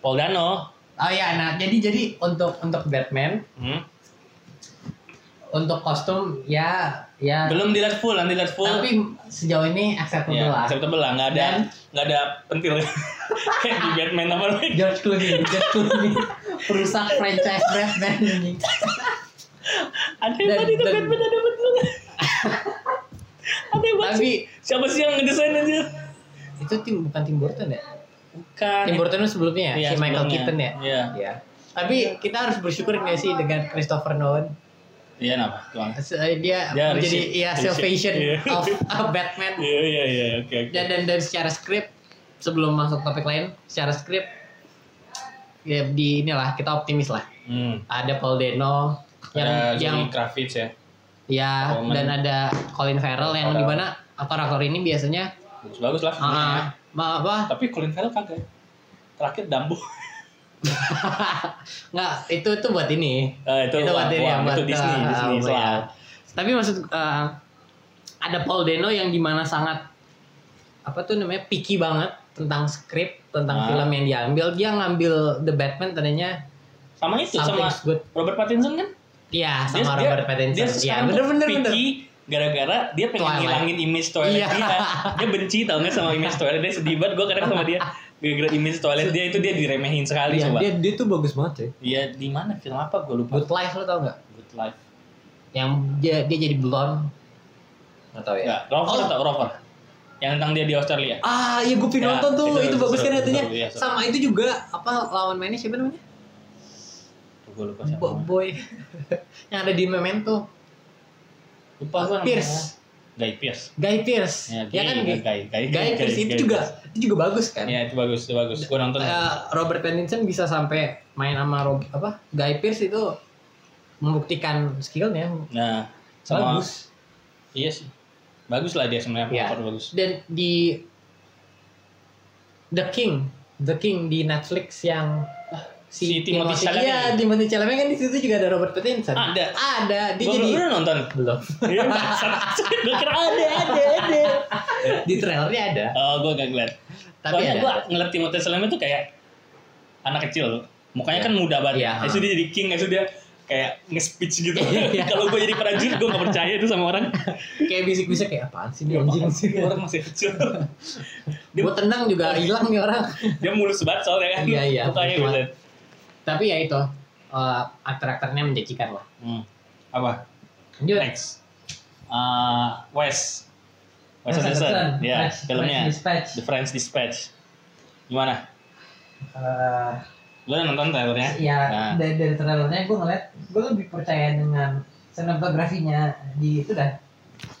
B: Paul Dano.
A: Oh ya, nah jadi jadi untuk untuk Batman,
B: Hmm.
A: untuk kostum ya ya
B: Belum dilihat full, nanti lihat full.
A: tapi sejauh ini acceptable
B: ya,
A: lah.
B: acceptable lah, nggak ada
A: Dan-
B: nggak ada pentil kayak di Batman apa namanya?
A: George Clooney, George Clooney perusak franchise Batman ini.
B: Ada
A: Dan-
B: yang tadi tuh
A: dan-
B: Batman ada betul. ada yang
A: tapi
B: Siapa sih yang ngedesain aja?
A: itu tim bukan Tim Burton ya?
B: Bukan.
A: Tim Burton itu sebelumnya
B: Iya,
A: ya, si Michael
B: sebelumnya.
A: Keaton ya.
B: Iya.
A: Iya. Tapi kita harus bersyukur nggak sih dengan Christopher Nolan
B: Iya kenapa? Tuang.
A: Se- dia
B: Dia
A: menjadi
B: reshape-
A: ya
B: reshape.
A: salvation
B: Iya.
A: of, of Batman
B: Iya iya iya oke oke.
A: dan dan dari secara skrip sebelum masuk topik lain secara skrip ya di inilah kita optimis lah
B: Hmm.
A: ada Paul Dano yang
B: Ada
A: yang
B: Zoe Kravitz ya.
A: ya
B: Coleman.
A: dan ada Colin Farrell yang
B: Farrell. Iya.
A: dimana aktor-aktor ini biasanya
B: Bagus bagus lah. filmnya.
A: ah, ma- apa
B: Tapi Colin Farrell kagak. Terakhir Dumbo.
A: nggak itu itu buat ini
B: Eh, itu wah,
A: ini
B: wah,
A: yang
B: itu Disney,
A: ah,
B: Disney,
A: apa
B: soal.
A: ya. tapi maksud eh, ada Paul Dano yang dimana sangat apa tuh namanya picky banget tentang skrip tentang
B: Ah.
A: film yang diambil dia ngambil The Batman tadinya
B: Sama itu sama
A: something's good
B: Robert Pattinson kan?
A: Iya,
B: Dia-
A: sama
B: dia-
A: Robert Pattinson.
B: Dia
A: Iya,
B: sekarang
A: bener
B: tuh
A: bener bener.
B: picky gara-gara dia pengen
A: Twilight.
B: ngilangin image toilet
A: Iya.
B: dia. Dia benci tau nggak sama image toilet dia sedih banget gue kadang sama dia. Gara-gara image toilet dia itu dia diremehin sekali
A: Iya,
B: coba.
A: dia dia tuh bagus banget cuy.
B: Iya di mana film apa gue lupa.
A: Good Life lo tau gak?
B: Good Life.
A: Yang dia dia jadi blonde. Gak tau
B: Enggak, Rover
A: Oh.
B: atau Rover? Yang tentang dia di Australia.
A: Ah, iya gue
B: Ya,
A: pernah nonton tuh.
B: itu-
A: Itu, bagus
B: itu
A: kan
B: seru,
A: katanya.
B: seru, iya, seru.
A: Sama itu juga apa lawan mainnya siapa namanya?
B: Gue lupa siapa.
A: Bo- Boy. yang ada di Memento.
B: Lupa gue namanya.
A: Pierce.
B: Guy Pierce.
A: Guy Pierce.
B: Ya,
A: Ya,
B: Guy,
A: kan?
B: Guy,
A: Guy,
B: Guy, Guy, Guy,
A: Pierce
B: Guy
A: itu juga itu juga bagus kan?
B: Iya itu bagus, itu bagus. Gue nonton.
A: Eh, Robert Pattinson bisa sampai main sama Rob apa? Guy Pierce itu membuktikan skillnya
B: Nah, sama
A: bagus.
B: iya sih. bagus lah dia sebenarnya
C: Ya.
B: pelakon bagus
C: dan di The King The King di Netflix yang ah,
B: Si Timothy Chalamet.
C: iya Timothy Chalamet kan di situ juga ada Robert Pattinson
B: Ada.
C: ada dia
B: Gua
C: jadi
B: belum- lu udah nonton
C: belum
B: Iya, bangsat. Gua kira
C: ada ada ada di trailernya ada
B: oh gue gak ngeliat
C: tapi
B: soalnya
C: ada
B: gue ngeliat Timothée Chalamet tuh kayak anak kecil mukanya
C: Iya.
B: kan muda banget
C: Iya,
B: ya itu dia jadi king itu dia kayak nge-speech gitu
C: iya.
B: kalau gue jadi prajurit gue gak percaya itu sama orang
C: kayak bisik-bisik kayak apaan sih dia anjing sih
B: orang masih kecil
C: gue tendang juga hilang nih orang
B: dia mulus banget soalnya kan
C: Iya, iya,
B: mukanya
C: mulus
B: gitu
C: tapi ya itu eh, aktor-aktornya menjanjikan lah
B: hmm. apa
C: lanjut
B: next Ah, Wes Wes Anderson ya filmnya The French Dispatch gimana
C: Eh,
B: lu udah nonton trailernya
A: ya
B: Nah.
A: dari, dari trailernya gue ngeliat gue lebih percaya dengan sinematografinya di itu dah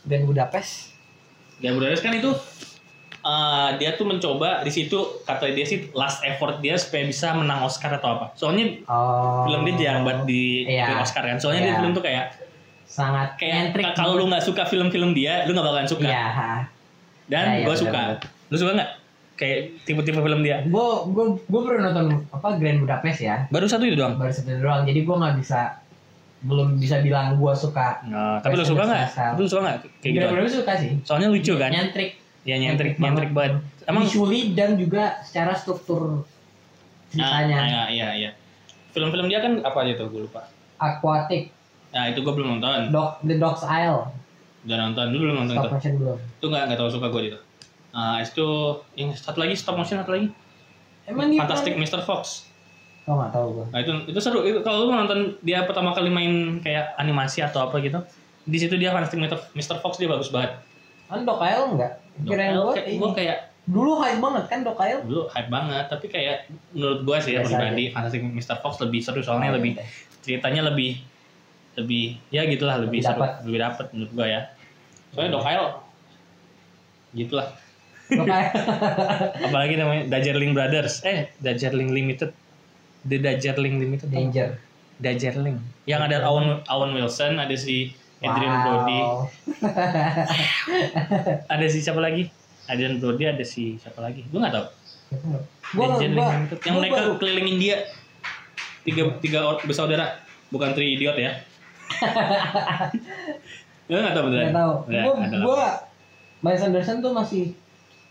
C: dan Budapest
D: Dan Budapest kan itu
B: Eh, dia tuh mencoba di situ kata dia sih last effort dia supaya bisa menang Oscar atau apa. Soalnya
A: oh
B: film dia jarang banget di
A: Iya.
B: di Oscar kan. Soalnya dia
A: Iya.
B: film tuh kayak
A: sangat
B: kayak
A: nyentrik
B: kalau lu nggak suka film-film dia, lu nggak bakalan suka.
A: ya Iya, iya,
B: Dan gua suka. Lu suka nggak? Kayak tipe-tipe film dia.
A: gue gue gue baru nonton apa Grand Budapest ya
B: Baru satu itu doang.
A: baru satu doang jadi gue nggak bisa belum bisa bilang gue suka
B: Nah, tapi
A: Wes
B: lu suka nggak?
A: Anderson.
B: Tapi Lu suka nggak kayak
A: Grand
B: gitu?
A: Budapest suka sih
B: Soalnya lucu kan?
A: nyentrik
B: Ya nyentrik,
A: Nyentrik
B: nyentrik banget. Emang
A: visually dan juga secara struktur ceritanya
B: Ah, iya, iya, iya. Film-film dia kan apa aja tuh? Gue lupa.
A: aquatic
B: Nah, itu gua belum nonton.
A: dog the dog's isle
B: Udah nonton, lu belum nonton itu.
A: stop motion belum
B: itu nggak nggak terlalu suka gue gitu nah itu yang satu lagi stop motion satu lagi
A: emang dia
B: Fantastic Mr. Fox
A: Oh nggak tahu gue.
B: nah itu itu seru itu kalau lu nonton dia pertama kali main kayak animasi atau apa gitu di situ dia Fantastic Mr. Mr. Fox dia bagus banget
A: Kan Dokael nggak? Kirain
B: Kayak-
A: gue
B: kayak-
A: ini.
B: gue kayak
A: Dulu hype banget kan Dokael.
B: dulu hype banget tapi kayak menurut gue sih ya
A: Biasa
B: pribadi Fantastic Mr. Fox lebih seru soalnya
A: Oh,
B: lebih
A: iya.
B: ceritanya lebih lebih ya gitulah lebih,
A: Lebih
B: seru
A: dapet. Iya.
B: lebih dapet menurut gue ya soalnya Doc Hile gitulah
A: Dokael.
B: apalagi namanya Dajarling Brothers eh Dajarling Limited The Dajarling Limited
A: Danger.
B: Dajarling yang ada Owen Owen Wilson ada si Adrian Brody
A: Wow.
B: ada si siapa lagi Adrian Brody ada si siapa lagi gue nggak tahu
A: Gua
B: Dajarling
A: gua
B: Limited yang
A: gua
B: mereka
A: baru-
B: keliling India tiga tiga or- bersaudara bukan tri idiot ya gue nggak tahu beneran
A: nggak tahu.
B: Ya,
A: Gue
B: ada lah.
A: gue Miles Anderson tuh masih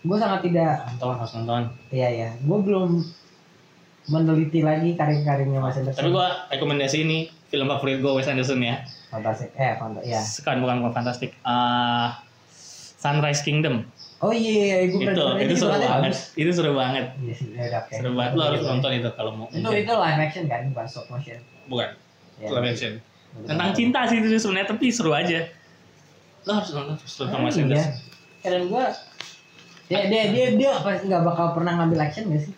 A: gue sangat tidak
B: nonton harus nonton
A: iya ya. Gue belum meneliti lagi karir-karirnya Miles
B: tapi
A: Anderson.
B: gue rekomendasi ini film favorit gue Wes Anderson ya
A: Fantastic. Eh, fantastic. Ya.
B: Bukan, bukan, bukan fantastik. Eh, Sunrise Kingdom.
A: Oh iya, iya, gue
B: Itu, itu seru banget. Itu seru banget.
A: Iya sih, ya udah oke.
B: Seru banget. Lo harus nonton itu kalau mau.
A: Itu itu live action kan, bukan stop motion.
B: Bukan,
A: Ya.
B: live action. Tentang cinta sih itu sebenarnya, tapi seru aja. Lo harus nonton terus
A: Oh,
B: sama Mas
A: iya.
B: Anderson.
A: Keren gua. Dia dia dia dia apa nggak bakal pernah ngambil action gak sih?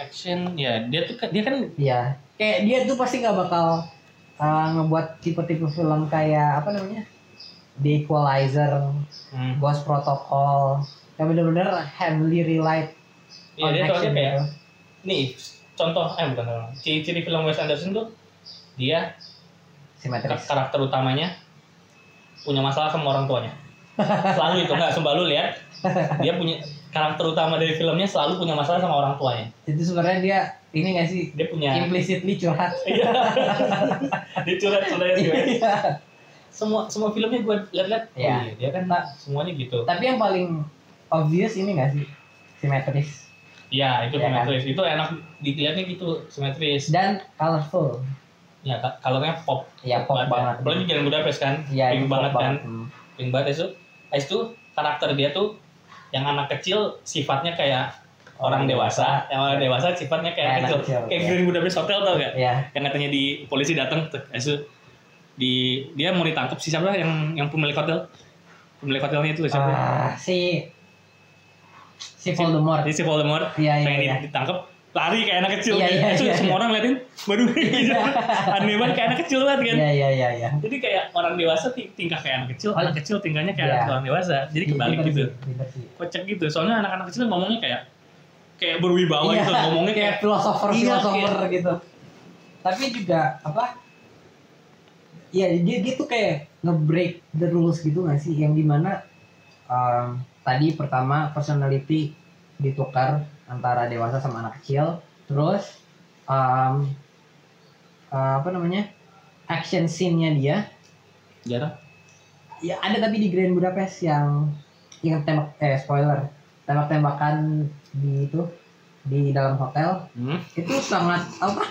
B: Action, ya dia tuh kan- dia kan
A: Iya. Kayak dia tuh pasti nggak bakal uh, ngebuat tipe-tipe film kayak apa namanya? The Equalizer,
B: hmm,
A: Ghost Protocol, yang bener-bener heavily relied
B: Iya,
A: on
B: dia soalnya
A: action
B: kayak
A: gitu.
B: nih contoh eh bukan contoh. Ciri-ciri film Wes Anderson tuh dia kar-
A: Simetris.
B: karakter utamanya punya masalah sama orang tuanya. Selalu itu enggak sembah lu lihat. Dia punya karakter utama dari filmnya selalu punya masalah sama orang tuanya.
A: Itu sebenarnya dia ini gak sih
B: dia punya
A: implicitly curhat.
B: Iya. dia curhat curhat gitu.
A: Iya.
B: semua semua filmnya gue liat-liat oh
A: Iya.
B: iya, dia kan tak semuanya gitu
A: Tapi yang paling obvious ini gak sih? Simetris
B: ya itu
A: Iya kan?
B: simetris itu enak dilihatnya gitu simetris
A: dan colorful.
B: ya ka- colornya pop
A: Ya pop
B: ya.
A: banget.
B: apalagi jalan Budapest kan
A: Iya,
B: pink
A: itu pop
B: banget kan
A: Hmm.
B: pink banget itu Habis itu karakter dia tuh yang anak kecil sifatnya kayak
A: Orang
B: orang, dewasa. yang orang dewasa
A: Oh, iya.
B: sifatnya
A: Kayak
B: kayak
A: anak
B: kecil
A: kecil,
B: kayak
A: iya.
B: Grand Budapest Hotel tau gak
A: Iya.
B: yang katanya di polisi datang tuh habis itu di dia mau ditangkap si siapa yang yang pemilik hotel pemilik hotelnya itu siapa
A: Ah, si si Voldemort.
B: Jadi si Voldemort
A: Iya, iya,
B: pengen
A: iya.
B: ditangkap lari kayak anak kecil
A: Iya, iya,
B: Itu
A: iya,
B: semua
A: iya.
B: orang liatin waduh gitu. aneh banget kayak anak kecil banget kan
A: Iya iya iya iya.
B: jadi kayak orang dewasa ti- tingkah kayak anak kecil anak kecil tingkahnya kayak
A: Iya.
B: orang dewasa jadi kebalik
A: Bener
B: gitu
A: sih, bener sih.
B: kocak gitu soalnya anak-anak kecil ngomongnya kayak kayak berwibawa
A: Iya,
B: gitu ngomongnya kayak
A: kayak filosofer
B: Iya,
A: filosofer gitu. Tapi juga apa? Iya, dia dia tuh kayak nge-break the rules gitu gak sih? Yang dimana um, tadi pertama personality ditukar antara dewasa sama anak kecil, terus um, uh, apa namanya action scene-nya dia
E: Jarang.
A: ya ada tapi di Grand Budapest yang yang tembak eh spoiler tembak-tembakan di itu di dalam hotel
E: Hmm.
A: itu sangat apa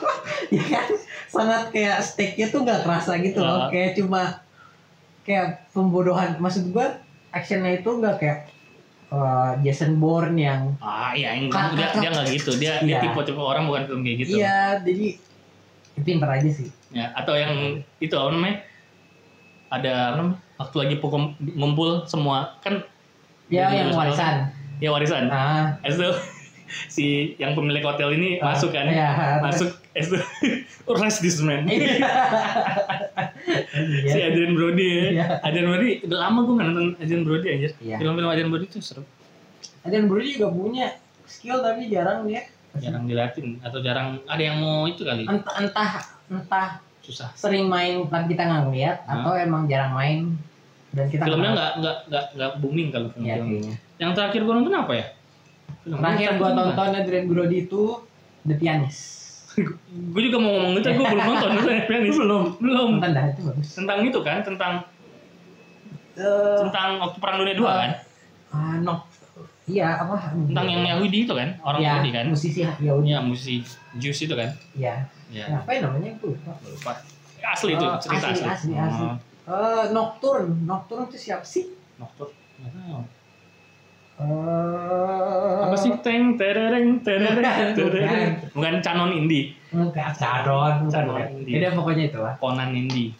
A: ya kan sangat kayak stake-nya tuh nggak kerasa gitu
E: Ah.
A: loh
B: Nah.
A: kayak cuma kayak pembodohan maksud gua actionnya itu nggak kayak uh, Jason Bourne yang
B: Ah iya, yang
A: Cut,
B: dia
A: cut, cut.
B: dia nggak gitu. Dia dia
A: Iya.
B: tipe-tipe orang bukan film kayak gitu.
A: iya jadi pinter aja sih
B: Ya, atau yang itu apa namanya? Ada apa namanya? Waktu lagi pukul- ngumpul semua kan
A: ya
B: Jadi
A: yang
B: harus
A: warisan
B: ya warisan.
A: ah
B: Habis itu si yang pemilik hotel ini
A: ah,
B: masuk kan.
A: ya,
B: Masuk habis itu arrest this man.
A: iya
B: si Adrian Brody ya.
A: Iya.
B: Adrian Brody udah lama gue nggak nonton Adrian Brody anjir.
A: Iya.
B: Film-film Adrian Brody tuh seru.
A: dan Brody juga punya skill tapi jarang dia
B: Jarang dilatih atau jarang ada yang mau itu kali.
A: entah entah entah
B: Susah.
A: sering main tapi kita nggak ngeliat
B: Hah?
A: atau emang jarang main dan kita
B: Filmnya
A: nggak
B: nggak nggak nggak nggak booming kalau
A: tahu. Iya,
B: film-film.
A: kayaknya.
B: Yang terakhir gue nonton apa ya? Film
A: terakhir
B: Tentang
A: gua
B: cinta.
A: tonton Adrian Brody itu The Pianist
B: Gue juga mau ngomong itu, gue belum nonton. Pianis. belum, belum.
A: nonton dah itu bagus
B: Tentang itu kan, tentang
A: Eh,
B: tentang waktu perang dunia
A: Iya.
B: dua kan,
A: ah, no iya apa
B: tentang yang Yahudi itu kan, orang
A: ya,
B: Yahudi kan,
A: musisi Yahudi
B: ya musisi Jews itu kan,
A: ya
B: ya
A: apa yang namanya aku lupa
B: lupa. Asli itu
A: Oh,
B: cerita
A: asli, asli,
B: asli.
A: asli.
B: Oh,
A: Eh, Nocturne Nocturne itu siapa sih
B: Nocturne. Nggak tahu.
A: Eh,
B: Apa sih teng terereng terereng terereng. Bukan Canon Indi,
A: Enggak, Cadon.
B: Cadon.
A: Jadi pokoknya itu lah.
B: Conan Indi.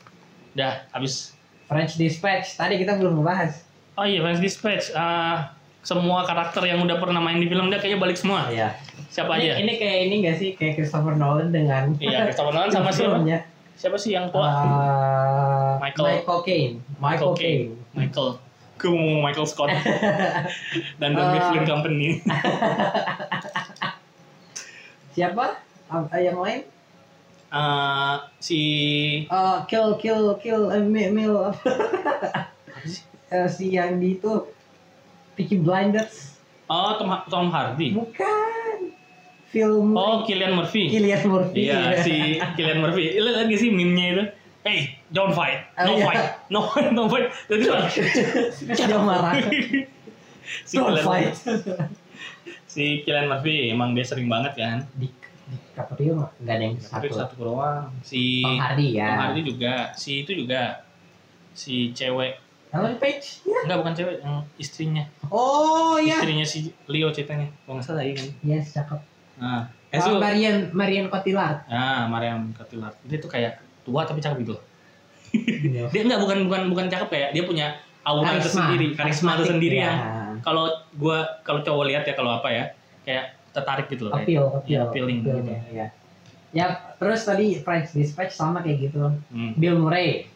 B: Dah, habis.
A: French Dispatch. Tadi kita belum ngebahas.
B: Oh iya, French Dispatch. Ah, semua karakter yang udah pernah main di film dia kayaknya balik semua.
A: Iya.
B: Siapa
A: Ini,
B: aja?
A: ini kayak ini gak sih? Kayak Christopher Nolan dengan...
B: Iya, Christopher Nolan sama siapa?
A: filmnya.
B: Siapa sih yang tua?
A: Ah. Eh,
B: Michael-
A: Michael Caine. Michael Caine.
B: Michael. Gue mau ngomong Michael Scott. Dan The
A: Ah.
B: Mifflin Company.
A: Siapa? Ah, ah, yang lain?
B: Eh, si...
A: Eh, kill, kill, kill, eh, Mil, Mil, apa? Eh, si yang di itu... Peaky Blinders.
B: Oh, Tom, Tom Hardy.
A: Bukan. Film...
B: Oh, Killian Murphy.
A: Killian Murphy.
B: Iya, si Killian Murphy. Lu lihat gak sih meme-nya itu? Hey, don't fight. No
A: Oh, iya.
B: fight. No fight, no fight. Jadi,
A: Dia marah.
B: si
A: Don't
B: Killian,
A: fight.
B: si Killian Murphy emang dia sering banget kan.
A: di di Caprio nggak nggak ada yang
B: Tapi
A: satu.
B: satu doang. Si
A: Tom Hardy ya.
B: Tom Hardy juga. Si itu juga. Si cewek.
A: Helen Page. Ya.
B: Enggak, bukan cewek. Yang istrinya.
A: Oh ya.
B: Istrinya si Leo ceritanya. Kalau nggak salah iya kan.
A: Yes, cakep.
B: Nah,
A: Oh,
B: Esu.
A: Marian Marian Cotillard.
B: Nah, Mariam Cotillard. Dia tuh kayak tua tapi cakep gitu. loh. Dia enggak bukan bukan bukan cakep kayak dia punya aura
A: Karisma.
B: Iya. kan tersendiri, karisma
A: Karismatik,
B: tersendiri
A: ya.
B: yang kalau gua kalau cowok lihat ya kalau apa ya, kayak tertarik gitu loh. kayak.
A: Appeal,
B: Iya,
A: appeal,
B: appealing gitu.
A: Ya. ya, terus tadi French Dispatch sama kayak gitu.
B: Hmm.
A: Bill Murray,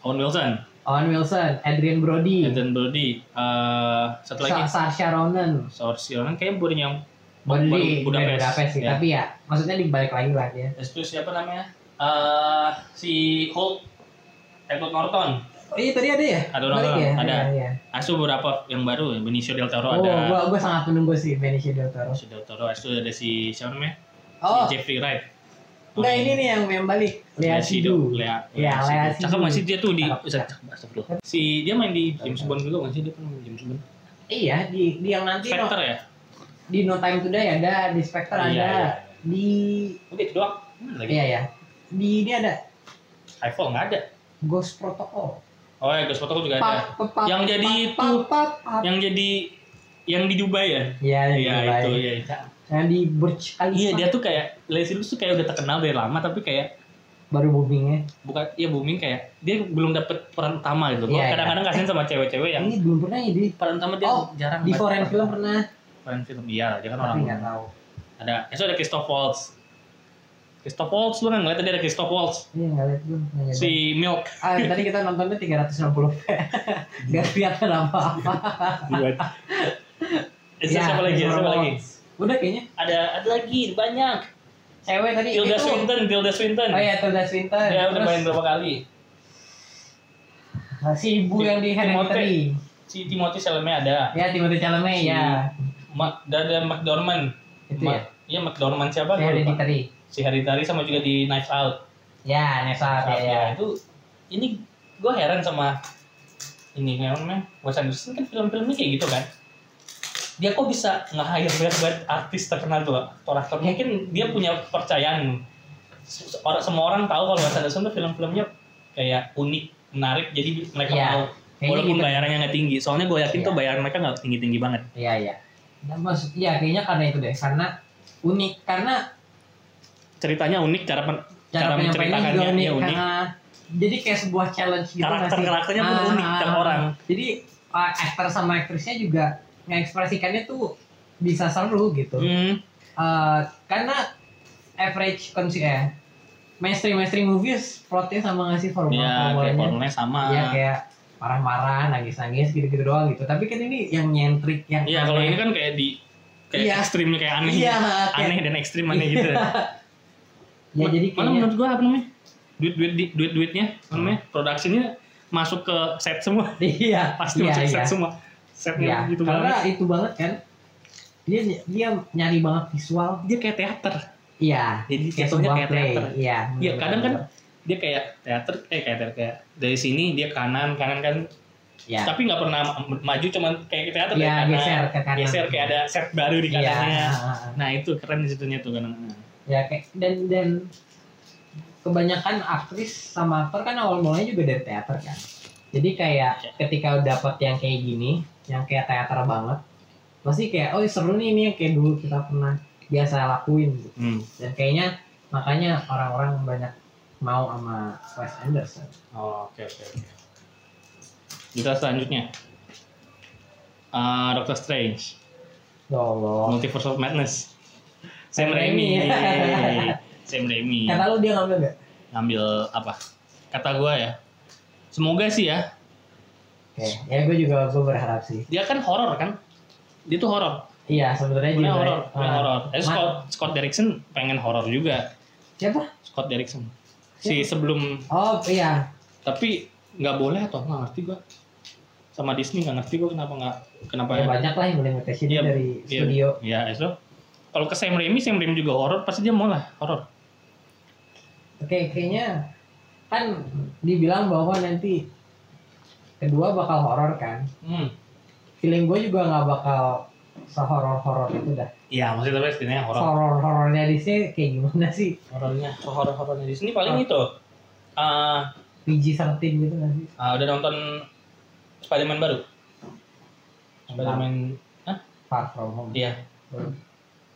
B: Owen Wilson,
A: Owen Wilson, Adrian Brody,
B: Ethan Brody, eh satu
A: Sa-
B: lagi
A: Saoirse Ronan,
B: Saoirse Ronan kayaknya baru yang
A: Baru
B: baru
A: di
B: Budapest,
A: Budapest, Budapest sih.
B: ya.
A: Tapi ya, maksudnya dibalik lagi lah ya. dia.
B: Terus siapa namanya? Eh si Hulk Edward Norton.
A: Iya tadi ada ya?
B: Ada
A: Balik
B: orang-orang,
A: ya?
B: ada.
A: Iya, iya.
B: Asu Ah, beberapa yang baru, Benicio del Toro
A: Oh,
B: ada.
A: gua, gua sangat menunggu sih Benicio Del Toro.
B: Benicio del Toro, Asu ada si siapa namanya?
A: Oh,
B: si Jeffrey Wright.
A: Enggak ini nih yang yang balik. Lea Sidu.
B: Lea,
A: Iya, Lea Sidhu.
B: Cakep masih dia tuh di
A: Cakep,
B: Ustaz,
A: cakep.
B: cakep, astagfirullah. Si dia main di James Bond dulu kan sih dia pernah main James Bond.
A: Iya, di, di yang nanti no,
B: Spectre ya?
A: di No Time Today ada, di Spectre
B: Iya,
A: ada,
B: iya.
A: di
B: Udah itu doang. Hmm, lagi.
A: iya ya. Di ini ada
B: iPhone nggak ada.
A: Ghost Protocol.
B: Oh ya, Ghost Protocol juga ada. Yang jadi itu. Yang jadi yang di Dubai ya?
A: Iya,
B: Iya itu
A: itu.
B: ya.
A: Yang di Burj Khalifa.
B: Iya dia tuh kayak Lea Sidhu tuh kayak udah terkenal dari lama tapi kayak
A: baru boomingnya.
B: bukan ya booming kayak dia belum dapet peran utama gitu.
A: Iya,
B: Gua
A: iya.
B: kadang-kadang kasihan sama cewek-cewek yang
A: Ini belum pernah ya di
B: peran utama dia
A: Oh,
B: jarang
A: di
B: banget
A: foreign
B: peran-
A: film pernah,
B: foreign film iya dia kan orang
A: tapi nggak tahu.
B: ada itu ada Christoph Waltz Christoph Waltz lu kan ngeliat tadi ada Christoph Waltz
A: Iya nggak lihat belum. nggak jadi.
B: si Milk
A: Ah, tadi kita nontonnya 360p. Gak kelihatan apa-apa. Iya,
B: buat itu
A: Ya,
B: siapa lagi
A: Christopher
B: siapa lagi
A: Waltz. Udah kayaknya.
B: ada ada lagi banyak
A: cewek tadi
B: Tilda
A: itu
B: Swinton, Tilda Swinton.
A: oh ya Tilda Swinton
B: Dia udah
A: Terus,
B: main berapa kali?
A: si ibu yang di
B: Timothée.
A: Hereditary
B: Si Timothy Chalamet ada.
A: ya Timothy Chalamet ya
B: Ma, dan ada McDormand.
A: itu
B: Ma-
A: ya
B: Iya McDormand siapa?
A: si
B: Gua lupa.
A: Hereditary
B: Si Hereditary sama juga di Knives Out.
A: ya
F: Iya,
A: Nessa ya, ya.
B: Iya, itu ini gue heran sama ini memang meh Wes Anderson kan film-filmnya kayak gitu kan dia kok bisa nge-hire banget artis terkenal tuh aktor aktor mungkin dia punya percayaan Se- se- orang- semua orang tahu kalau Wes Anderson tuh film-filmnya kayak unik menarik jadi mereka
A: Iya,
B: mau
A: Kayaknya
F: Walaupun
A: gitu.
F: bayarannya nggak tinggi, soalnya gue yakin
A: Iya.
F: tuh bayaran mereka nggak tinggi-tinggi banget.
A: Iya iya. Nah, maksud, ya kayaknya karena itu deh, karena unik karena
F: Ceritanya unik, cara pen-
A: cara,
F: Cara
A: penyampaiannya juga
F: menceritakannya,
A: unik,
F: ya, unik.
A: karena jadi kayak sebuah challenge gitu nggak sih?
F: karakter-karakternya pun
A: Ah,
F: unik tiap
A: ah, ah.
F: orang.
A: Jadi uh, aktor sama aktrisnya juga ngekspresikannya tuh bisa seru gitu.
F: Hmm.
A: Eh, karena average konsi eh mainstream mainstream movies plotnya sama ngasih formal
B: iya,
F: Ya, kayak
A: formalnya.
F: formulanya sama.
A: Iya kayak marah-marah, nangis-nangis gitu-gitu doang gitu. Tapi kan ini yang nyentrik yang
F: Iya, kalau ini kan kayak di kayak
A: Iya.
F: ekstrimnya kayak aneh.
A: Iya, kayak-
F: Aneh dan ekstrim aneh gitu.
A: ya jadi
F: Mana
A: kayaknya
F: menurut gua apa namanya? Duit-duit di- duit-duitnya, apa namanya? Produksinya masuk ke set semua.
A: iya
F: Pasti
A: iya,
F: masuk
A: iya.
F: set semua. Setnya
A: Iya,
F: gitu
A: karena
F: banget.
A: itu banget kan dia dia nyari banget visual
F: Dia kayak teater.
A: iya
F: Jadi
A: kayak
F: jatuhnya
A: sebuah
F: kayak
A: play
F: teater.
A: iya
F: Iya,
A: benar-benar.
F: kadang kan dia kayak teater eh kayak teater kayak dari sini dia kanan kanan kan
A: iya
F: tapi nggak pernah ma- maju cuman kayak teater
A: Iya,
F: ya,
A: geser ke kanan.
F: geser kayak ada set baru di
A: iya
F: kanannya
A: ah, ah.
F: nah itu keren di situnya tuh kan. kadang
A: ya kayak dan dan kebanyakan aktris sama aktor kan awal mulanya juga dari teater kan jadi kayak
F: Iya.
A: ketika dapat yang kayak gini yang kayak teater banget pasti kayak oh seru nih ini yang kayak dulu kita pernah biasa lakuin gitu.
F: hmm.
A: dan kayaknya makanya orang-orang banyak mau sama Wes Anderson
B: oh, oke oke oke
F: Kita selanjutnya. Ah, Doctor Strange,
A: Ya Allah.
F: Multiverse of Madness. Sam
A: Sam
F: Raimi.
A: Raimi.
F: Sam Raimi
A: Kata lu dia ngambil nggak?
F: ngambil apa? Kata gua ya. Semoga sih ya.
A: Oke, ya gue juga gue berharap sih.
F: Dia kan horor kan? Dia tuh horor.
A: Iya, sebenarnya
F: Dia
A: juga.
F: horor, dia
A: Ah.
F: horor. Eh,
A: Ma-
F: Scott Scott Derrickson pengen horor juga.
A: Siapa?
F: Scott Derrickson. Si sebelum
A: Oh iya,
F: tapi nggak boleh atau nggak ngerti gua. Sama Disney nggak ngerti gua kenapa nggak kenapa
A: ya banyak lah yang implementasi
F: Iya,
A: dari
F: Iya.
A: studio.
F: Ya, itu. Kalau ke Sam Raimi, Sam Raimi juga horor, pasti dia mau lah horor.
A: Oke, kayaknya kan dibilang bahwa nanti kedua bakal horor kan.
F: Hmm.
A: Feeling gue juga nggak bakal sehoror-horor itu dah.
F: Iya, maksudnya tapi setidaknya horor.
A: Horor-horornya di sini kayak gimana sih?
B: horornya horor-horornya di sini paling itu eh
A: PG-13 gitu nggak sih?
B: eh, udah nonton Spider-Man baru Spider-Man
A: Far from home.
B: Iya.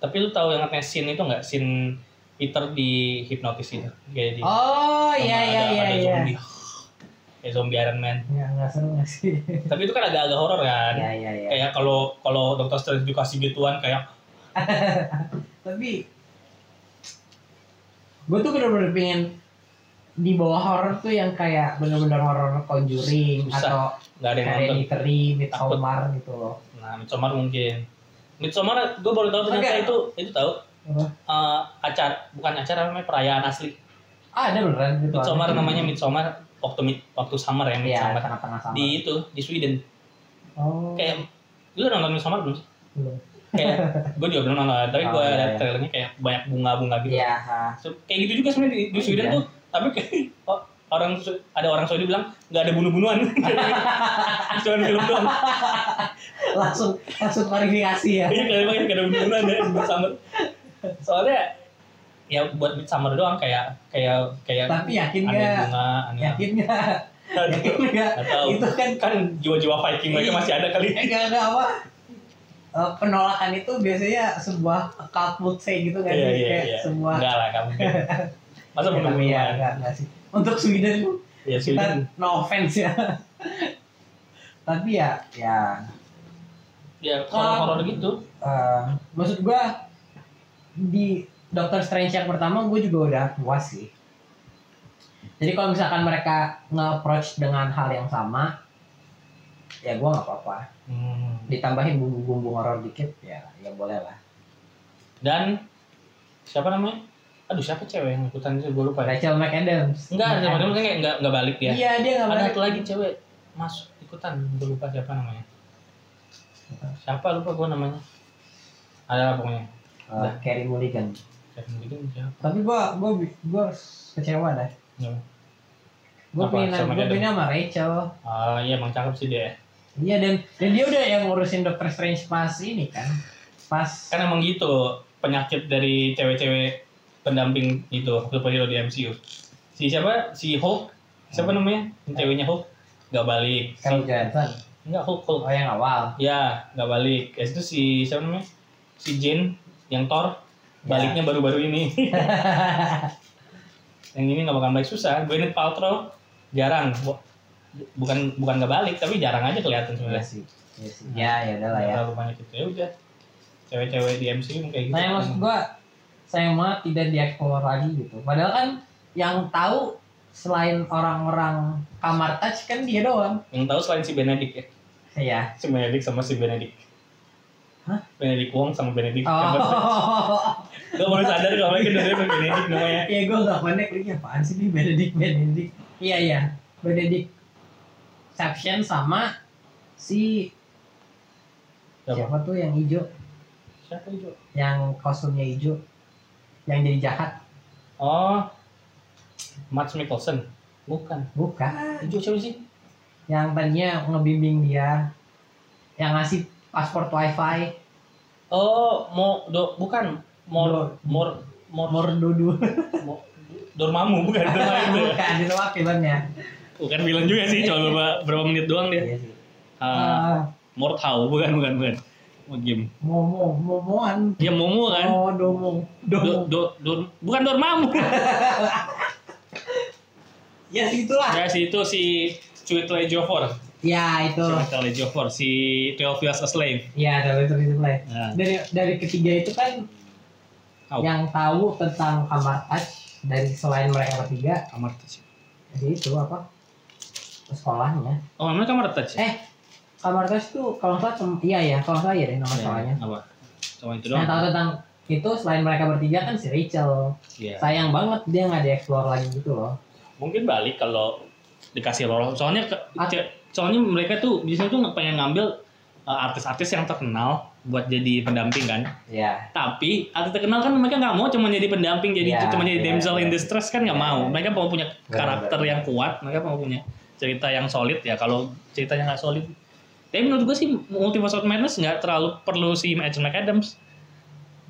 B: Tapi lu tahu yang katanya scene itu nggak scene Peter di hipnotis itu kayak di
A: Oh
B: sama
A: iya iya
B: ada-
A: iya
B: ada
A: iya.
B: zombie. Kayak zombie Iron Man.
A: Ya nggak seru nggak sih?
B: Tapi itu kan agak-agak horor kan.
A: Iya iya iya.
B: Kayak kalau kalau Dr. Strange dikasih gituan kayak
A: tapi gue tuh bener-bener pengen di bawah horror tuh yang kayak bener-bener horror conjuring
B: Susah.
A: atau
B: nggak ada yang nonton.
A: hereditary
B: Takut.
A: midsommar gitu loh
B: Nah, Midsommar mungkin. Midsommar gue baru tahu ternyata
A: Enggak.
B: itu itu tahu
A: Apa?
B: eh, acara bukan acara namanya perayaan asli.
A: ah ada beneran gitu
B: Midsommar
A: ada.
B: namanya Midsommar waktu mid- waktu summer
A: iya
B: ya Midsommar.
A: tengah-tengah sama
B: di itu di Sweden.
A: oh
B: Kayak lu udah nonton Midsommar belum sih?
A: belum.
B: kayak gue juga belum nonton tapi
A: Oh,
B: gue
A: iya,
B: ada
A: iya.
B: trailernya kayak banyak bunga-bunga gitu
A: iya ha.
B: So, kayak gitu juga sebenarnya di,
A: Oh,
B: di Sweden
A: iya.
B: tuh tapi kayak oh, orang Su- ada orang Saudi bilang nggak ada bunuh-bunuhan cuman film doang
A: langsung langsung klarifikasi ya
B: Iya, kalian pakai nggak ada bunuh-bunuhan ya di Midsummer soalnya ya buat Midsummer doang kayak kayak kayak
A: tapi yakin
B: aneh
A: gak
B: bunga aneh
A: yakin gak yakin
B: Iya. Aduh,
A: gak
B: nggak tahu.
A: itu kan
B: kan jiwa-jiwa Viking mereka
A: Iya.
B: masih ada kali
A: eh gak gak apa Eh, penolakan itu biasanya sebuah cult would say gitu kan
B: iya iya
A: kayak
B: iya
A: sebuah
B: enggak lah kamu masa
A: Ya, tapi ya,
B: bunuh-bunuhan
A: enggak, enggak sih. Untuk Sweden
B: ya
A: kita
B: Sweden
A: no offense ya. tapi ya ya
B: ya horor-horor gitu
A: eh, maksud gua di Doctor Strange yang pertama gue juga udah puas sih. Jadi kalau misalkan mereka nge-approach dengan hal yang sama, ya gua nggak apa-apa.
B: Hmm.
A: Ditambahin bumbu-bumbu horor dikit, ya ya boleh lah.
B: dan siapa namanya
G: aduh siapa cewek yang ikutan itu gue lupa ya
A: Rachel McAdams.
G: enggak ada
A: Nah,
G: padahal kan kayak enggak enggak balik dia
A: Iya dia nggak
G: ada
A: balik.
G: satu lagi cewek masuk ikutan gue lupa siapa namanya siapa lupa gue namanya ada lah pokoknya
A: Uh, Carey Mulligan.
G: siapa yang bikin siapa
A: Tapi gua gua gua kecewa dah.
G: Siapa?
A: Gua
G: Apa?
A: pengen
G: Sama
A: gua
G: dia
A: pengen sama Rachel.
G: ah iya emang cakep sih dia
A: Iya dan dan dia udah yang ngurusin Doctor Strange pas ini kan. Pas
G: kan emang gitu penyakit dari cewek-cewek pendamping itu superhero di MCU si siapa si Hulk siapa namanya Yang ceweknya Hulk nggak balik si,
A: Scarlett Johansson.
G: nggak Hulk Hulk
A: Oh yang awal.
G: ya nggak balik ya itu si siapa namanya si Jane yang Thor baliknya
A: Ya.
G: baru-baru ini yang ini nggak bakal balik susah Gwyneth Paltrow jarang Bu- bukan bukan nggak balik tapi jarang aja kelihatan
A: Iya
G: sebenarnya
A: sih. Iya sih. Ya ya udah lah
G: Nggak
A: ya.
B: Iya.
G: terlalu banyak gitu ya udah cewek-cewek di MCU kayak gitu
A: Sayang maksud gua sayang banget tidak dieksplor lagi gitu. Padahal kan yang tahu selain orang-orang kamar touch kan dia doang.
G: yang tahu selain si Benedict ya
A: Iya.
G: si Benedict sama si Benedict
A: Hah?
G: Benedict Wong sama Benedict Cumberbatch.
A: Oh.
G: Gua baru sadar kalau itu dari Benedict namanya
A: Iya gue gak connect lagi apaan sih nih Benedict Benedict Iya iya Benedict Exception sama si
G: Siapa?
A: siapa tuh yang hijau
G: siapa itu
A: yang kostumnya hijau yang jadi jahat
G: oh Mads Mikkelsen bukan
A: bukan
G: itu siapa sih
A: yang tadinya ngebimbing dia yang ngasih paspor wifi
G: oh mau do bukan
A: Dor.
G: mor mor mor mor
A: mordudu
G: Mo- Dormammu bukan Dormammu.
A: bukan itu apa filmnya
B: Bukan villain juga sih, cuma beberapa, berapa menit doang dia.
A: Iya sih.
B: Ah,
A: Eh,
B: Morthau, bukan bukan bukan. Oh, game.
A: momo momoan
B: Dia Momo kan?
A: oh domo
B: Do,
A: domo
B: do, Dor- bukan Dormammu.
A: ya itulah
B: ya si itu si Cuitle Jofor.
G: Oh.
A: ya itu
B: Cuitle Jofor si 12 Years a Slave.
A: ya dari itu itu lah
B: Nah,
A: dari dari ketiga itu kan
B: Tahu.
G: Ya.
A: yang tahu tentang kamar touch dari selain mereka bertiga
B: kamar touch.
A: jadi itu apa sekolahnya
B: Oh, namanya kamar touch.
A: eh kamar touch tuh kalau nggak salah tem- iya ya kalau nggak salah ya deh nama sekolahnya
B: Apa? Cuma itu
A: yang
G: Nah.
B: doang.
A: tahu Nah, tentang itu selain mereka bertiga kan si Rachel
B: Iya.
A: sayang banget dia nggak dieksplor lagi gitu loh
B: Mungkin balik kalau dikasih lorong. Soalnya ke-
A: At-
B: ce- soalnya mereka tuh biasanya tuh pengen ngambil uh, artis-artis yang terkenal buat jadi pendamping kan.
A: ya
B: tapi artis terkenal kan mereka nggak mau cuma jadi pendamping jadi
A: Iya,
B: cuma jadi
A: iya,
B: damsel in
A: iya.
B: distress kan nggak mau mereka mau punya
A: Benar,
B: karakter
A: benar.
B: yang kuat mereka mau punya cerita yang solid ya kalau ceritanya nggak solid tapi menurut gue sih Multiverse of Madness nggak terlalu perlu si Rachel McAdams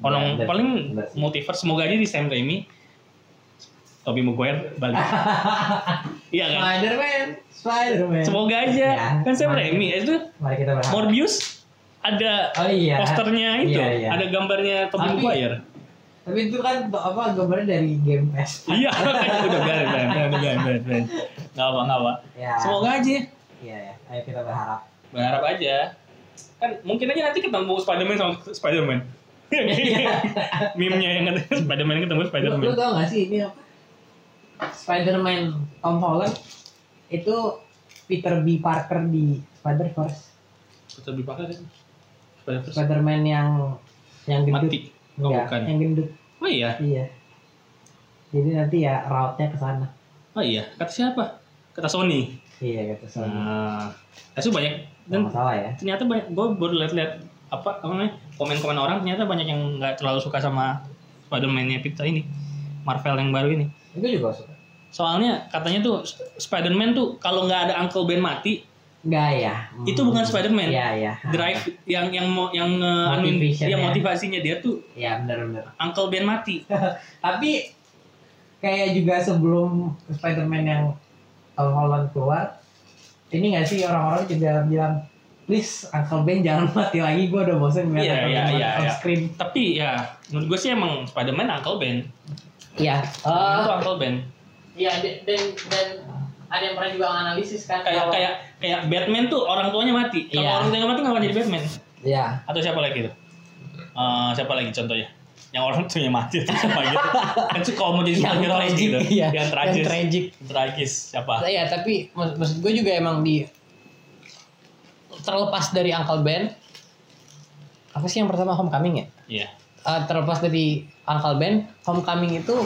B: Orang
A: Benar,
B: paling
A: benar sih.
B: multiverse semoga aja di Sam Raimi Tobey Maguire balik iya kan
A: Spiderman Spiderman
B: semoga aja
A: Ya,
B: kan Sam
A: mari-
B: Raimi itu
A: mari kita berharap
B: Morbius ada
A: oh iya
B: posternya itu
A: Iya, iya.
B: ada gambarnya Tobey
A: Tapi-
B: Maguire
A: tapi itu kan apa gambarnya dari game PS
B: Iya, udah biarin, biarin, biarin, biarin, biarin, biarin. Nggak apa, nggak apa.
A: ya
B: Semoga aja.
A: iya ya ayo kita berharap
G: Berharap aja. Kan mungkin aja nanti ketemu Spider-Man sama Spider-Man.
B: Meme-nya yang katanya Spider-Man ketemu
A: Lu,
B: Spider-Man.
A: lu tau gak sih ini apa? Spider-Man Tom Holland itu Peter B. Parker di Spider-Verse.
G: Bisa dipakai kan? Spider-Verse
A: Spider-Man yang yang gendut.
G: mati. Oh,
B: Iya.
A: Enggak,
G: bukan.
A: Yang gendut.
B: Oh iya,
A: Iya. Jadi nanti ya route-nya ke sana.
B: oh iya. Kata siapa? Kata Sony.
A: Iya gitu soalnya.
B: Nah, itu banyak
A: Nggak
B: dan
A: masalah ya.
B: ternyata banyak. Gue baru lihat-lihat apa apa namanya komen-komen orang ternyata banyak yang nggak terlalu suka sama Spider-Man-nya Peter ini, Marvel yang baru ini.
A: Itu juga suka.
B: Soalnya katanya tuh Spider-Man tuh kalau nggak ada Uncle Ben mati,
A: Enggak ya. Hmm.
B: itu bukan Spider-Man.
A: Iya iya.
B: drive yang yang mau yang uh, anuin
A: Motivation ya.
B: dia motivasinya dia tuh
A: Iya benar benar.
B: Uncle Ben mati.
A: Tapi kayak juga sebelum Spider-Man yang Tom Holland keluar, ini gak sih orang-orang juga bilang, please Uncle Ben jangan mati lagi, gue udah bosen ngeliat
B: Iya,
A: Uncle
B: iya,
A: Ben mati
B: iya,
A: on
B: iya.
A: screen.
B: Tapi ya menurut gue sih emang Spider-Man Uncle Ben.
A: Iya.
B: Spider-Man tuh Uncle Ben.
A: Iya, dan, dan ada yang pernah juga analisis kan.
B: Kayak kayak kayak Batman tuh orang tuanya mati. Kalau
A: Iya.
B: orang tuanya mati nggak akan jadi Batman.
A: Iya.
B: Atau siapa lagi tuh? Eh, siapa lagi contohnya? Yang orang tuanya mati atau siapa gitu. Kan suka mau jadi superhero aja gitu.
H: iya.
B: Yang Ah. tragis.
H: Yang tragic.
B: Tragis siapa?
H: Iya, tapi mak- maksud gue juga emang di terlepas dari Uncle Ben apa sih yang pertama Homecoming ya?
B: Iya.
A: eh, terlepas dari Uncle Ben, Homecoming itu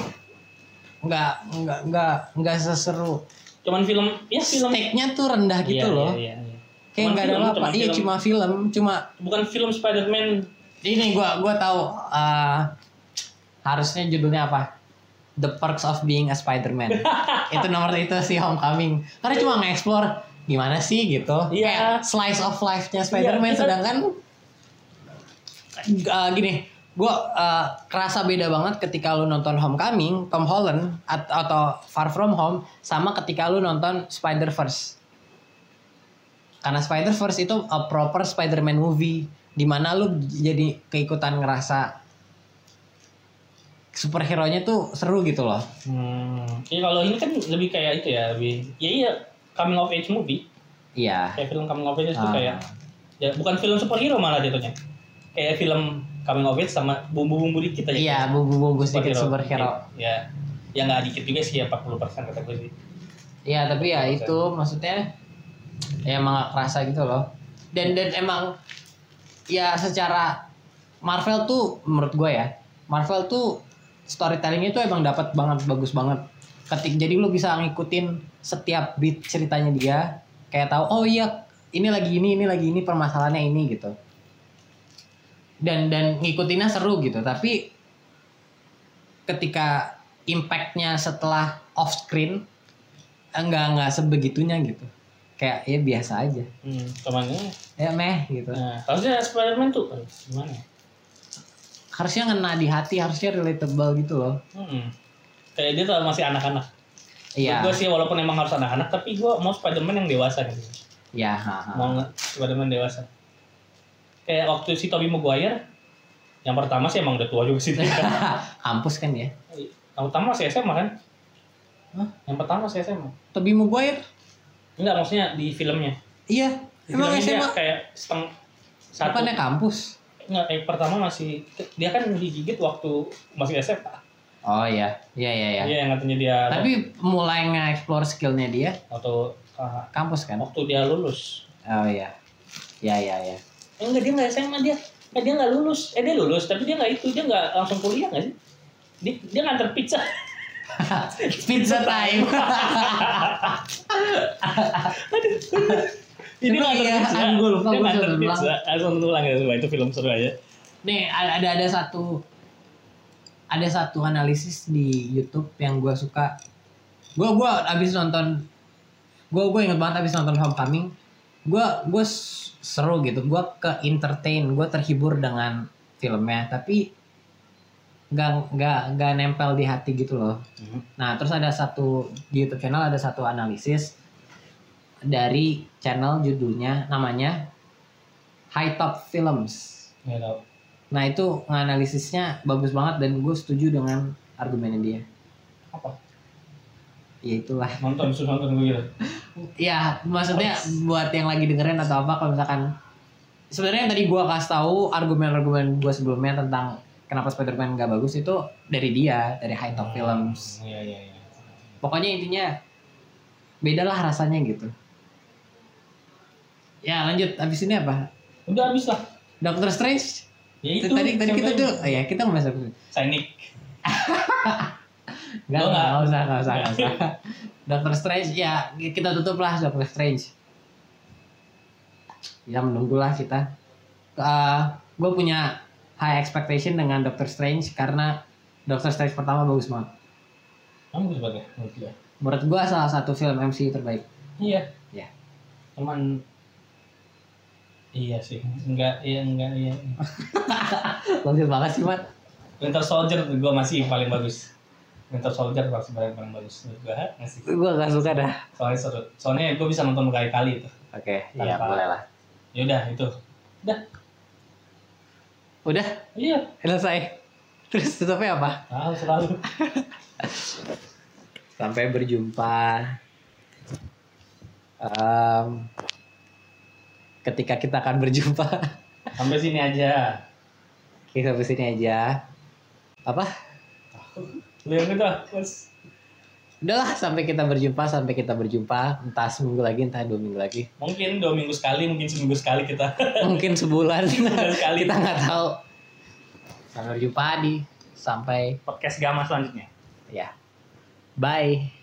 A: nggak nggak nggak nggak seseru.
B: Cuman film ya film
A: Stake-nya tuh rendah gitu
B: Iya,
A: loh.
B: iya, iya, iya.
A: Kayak
B: Cuman
A: nggak ada
B: film,
A: apa.
B: cuman
A: Iya
B: film.
A: cuma film, cuma
B: Bukan film Spider-Man
A: ini gua gua tahu eh, harusnya judulnya apa? The Perks of Being a Spider-Man. itu nomor itu si Homecoming. Karena cuma nge-explore gimana sih gitu.
B: Iya.
A: Kayak slice of life-nya Spider-Man
B: kita-
A: sedangkan eh, gini, gua eh, kerasa beda banget ketika lu nonton Homecoming, Tom Holland at- atau Far From Home sama ketika lu nonton Spider-Verse karena Spider Verse itu a proper Spider-Man movie di mana lu jadi keikutan ngerasa superhero-nya tuh seru gitu loh.
B: Hmm. Ya kalau ini kan lebih kayak itu ya, lebih ya iya coming of age movie,
A: Iya.
B: kayak film coming of age itu
A: Ah.
B: kayak ya bukan film superhero malah jatuhnya. Kayak film coming of age sama bumbu-bumbu dikit aja.
A: Iya, bumbu-bumbu sedikit superhero.
B: Ya. Ya nggak dikit juga sih ya 40% kata gue sih.
A: Iya, tapi ya itu maksudnya ya emang gak kerasa gitu loh. Dan dan emang ya secara Marvel tuh menurut gue ya, Marvel tuh storytellingnya tuh emang dapat banget bagus banget. Ketik jadi lu bisa ngikutin setiap beat ceritanya dia, kayak tahu oh iya ini lagi ini ini lagi ini permasalahannya ini gitu. Dan dan ngikutinnya seru gitu, tapi ketika impactnya setelah off screen enggak enggak Eh, sebegitunya gitu kayak ya biasa aja
B: Hmm, cuman ya.
A: ya meh gitu
B: Nah, harusnya Spider-Man tuh aduh, gimana? ya?
A: harusnya ngena di hati harusnya relatable gitu loh
B: Hmm. Kayak dia tuh masih anak-anak.
A: iya
B: Gue sih walaupun emang harus anak-anak, tapi gue mau Spider-Man yang dewasa gitu.
A: iya ha, ha.
B: mau nggak Spiderman dewasa kayak waktu si Tobey Maguire yang pertama sih emang udah tua juga sih dia kan
A: kampus kan ya
B: yang pertama masih SMA kan
A: Hah?
B: yang pertama masih SMA
A: Tobey Maguire
B: enggak maksudnya di filmnya
A: iya
B: di
A: emang
B: filmnya dia
A: SMA
B: kayak seteng ya? satu
A: depannya kampus
B: enggak yang pertama masih dia kan digigit waktu masih SMA
A: oh iya iya iya iya
B: iya yang katanya dia
A: tapi mulai nge-explore skillnya dia
B: waktu uh,
A: kampus kan
B: waktu dia lulus
A: oh iya iya iya iya
B: eh, enggak dia nggak SMA dia eh, dia nggak lulus eh dia lulus tapi dia nggak itu dia nggak langsung kuliah nggak sih dia, dia nganter pizza
A: pizza time
B: Ini
A: Emang
B: nganter
A: iya?
B: pizza.
A: Ah, gua lupa,
B: Dia
A: gua
B: nganter
A: sudah
B: pizza. Ah, langsung ulang ya, sumpah. itu film seru aja.
A: Nih ada ada- ada satu ada satu analisis di YouTube yang gue suka. Gue gua abis nonton gue gue inget banget abis nonton Homecoming. Gue gue seru gitu. Gue ke entertain. Gue terhibur dengan filmnya. Tapi nggak nggak nggak nempel di hati gitu loh. Nah terus ada satu di YouTube channel ada satu analisis dari channel judulnya namanya High Top Films.
B: Nggak tahu.
A: Nah itu analisisnya bagus banget dan gue setuju dengan argumennya dia.
B: Apa?
A: Ya itulah.
B: Nonton, suruh nonton gue gitu.
A: Ya maksudnya buat yang lagi dengerin atau apa kalau misalkan sebenarnya yang tadi gue kasih tahu argumen-argumen gue sebelumnya tentang kenapa Spider-Man gak bagus itu dari dia dari High Top Films.
B: Iya, iya, iya.
A: Pokoknya intinya bedalah rasanya gitu. Ya lanjut abis ini apa?
B: Udah habis lah.
A: Doctor Strange.
B: Ya itu.
A: tadi tadi kita
B: sampai-
A: tuh oh ya kita mau masuk
B: Sainik.
A: Enggak, enggak,
B: Gua nggak.
A: enggak usah, enggak usah, enggak usah. Doctor Strange, ya kita tutup lah Doctor Strange. Ya menunggulah kita. gue Eh, punya high expectation dengan Doctor Strange karena Doctor Strange pertama bagus banget.
B: Kamu gue sebagai menurut dia.
A: Menurut gue salah satu film MCU terbaik.
B: Iya.
A: Iya.
B: Cuman Iya sih, enggak, iya, enggak, iya.
A: Bagus banget sih, Mat.
B: Winter Soldier gue masih paling bagus. Winter Soldier masih paling paling bagus menurut gue. Masih.
A: Gue gak suka dah.
B: Soalnya seru. Soalnya gue bisa nonton berkali-kali itu.
A: Oke,
B: iya, boleh
A: lah.
B: Ya udah itu. Udah.
A: Udah,
B: Iya.
A: selesai. Terus tutupnya apa?
B: Tahu selalu.
A: Sampai berjumpa. Em, ketika kita akan berjumpa,
B: Sampai sini aja.
A: kita sampai sini aja. Apa?
B: Lu yang itu, Mas.
A: Udahlah, sampai kita berjumpa, sampai kita berjumpa. Entah seminggu lagi, entah dua minggu lagi.
B: Mungkin dua minggu sekali, mungkin seminggu sekali kita.
A: Mungkin sebulan.
B: Sebulan sekali.
A: kita nggak tahu.
I: Sampai berjumpa di sampai
A: podcast Gama selanjutnya.
I: ya. Bye.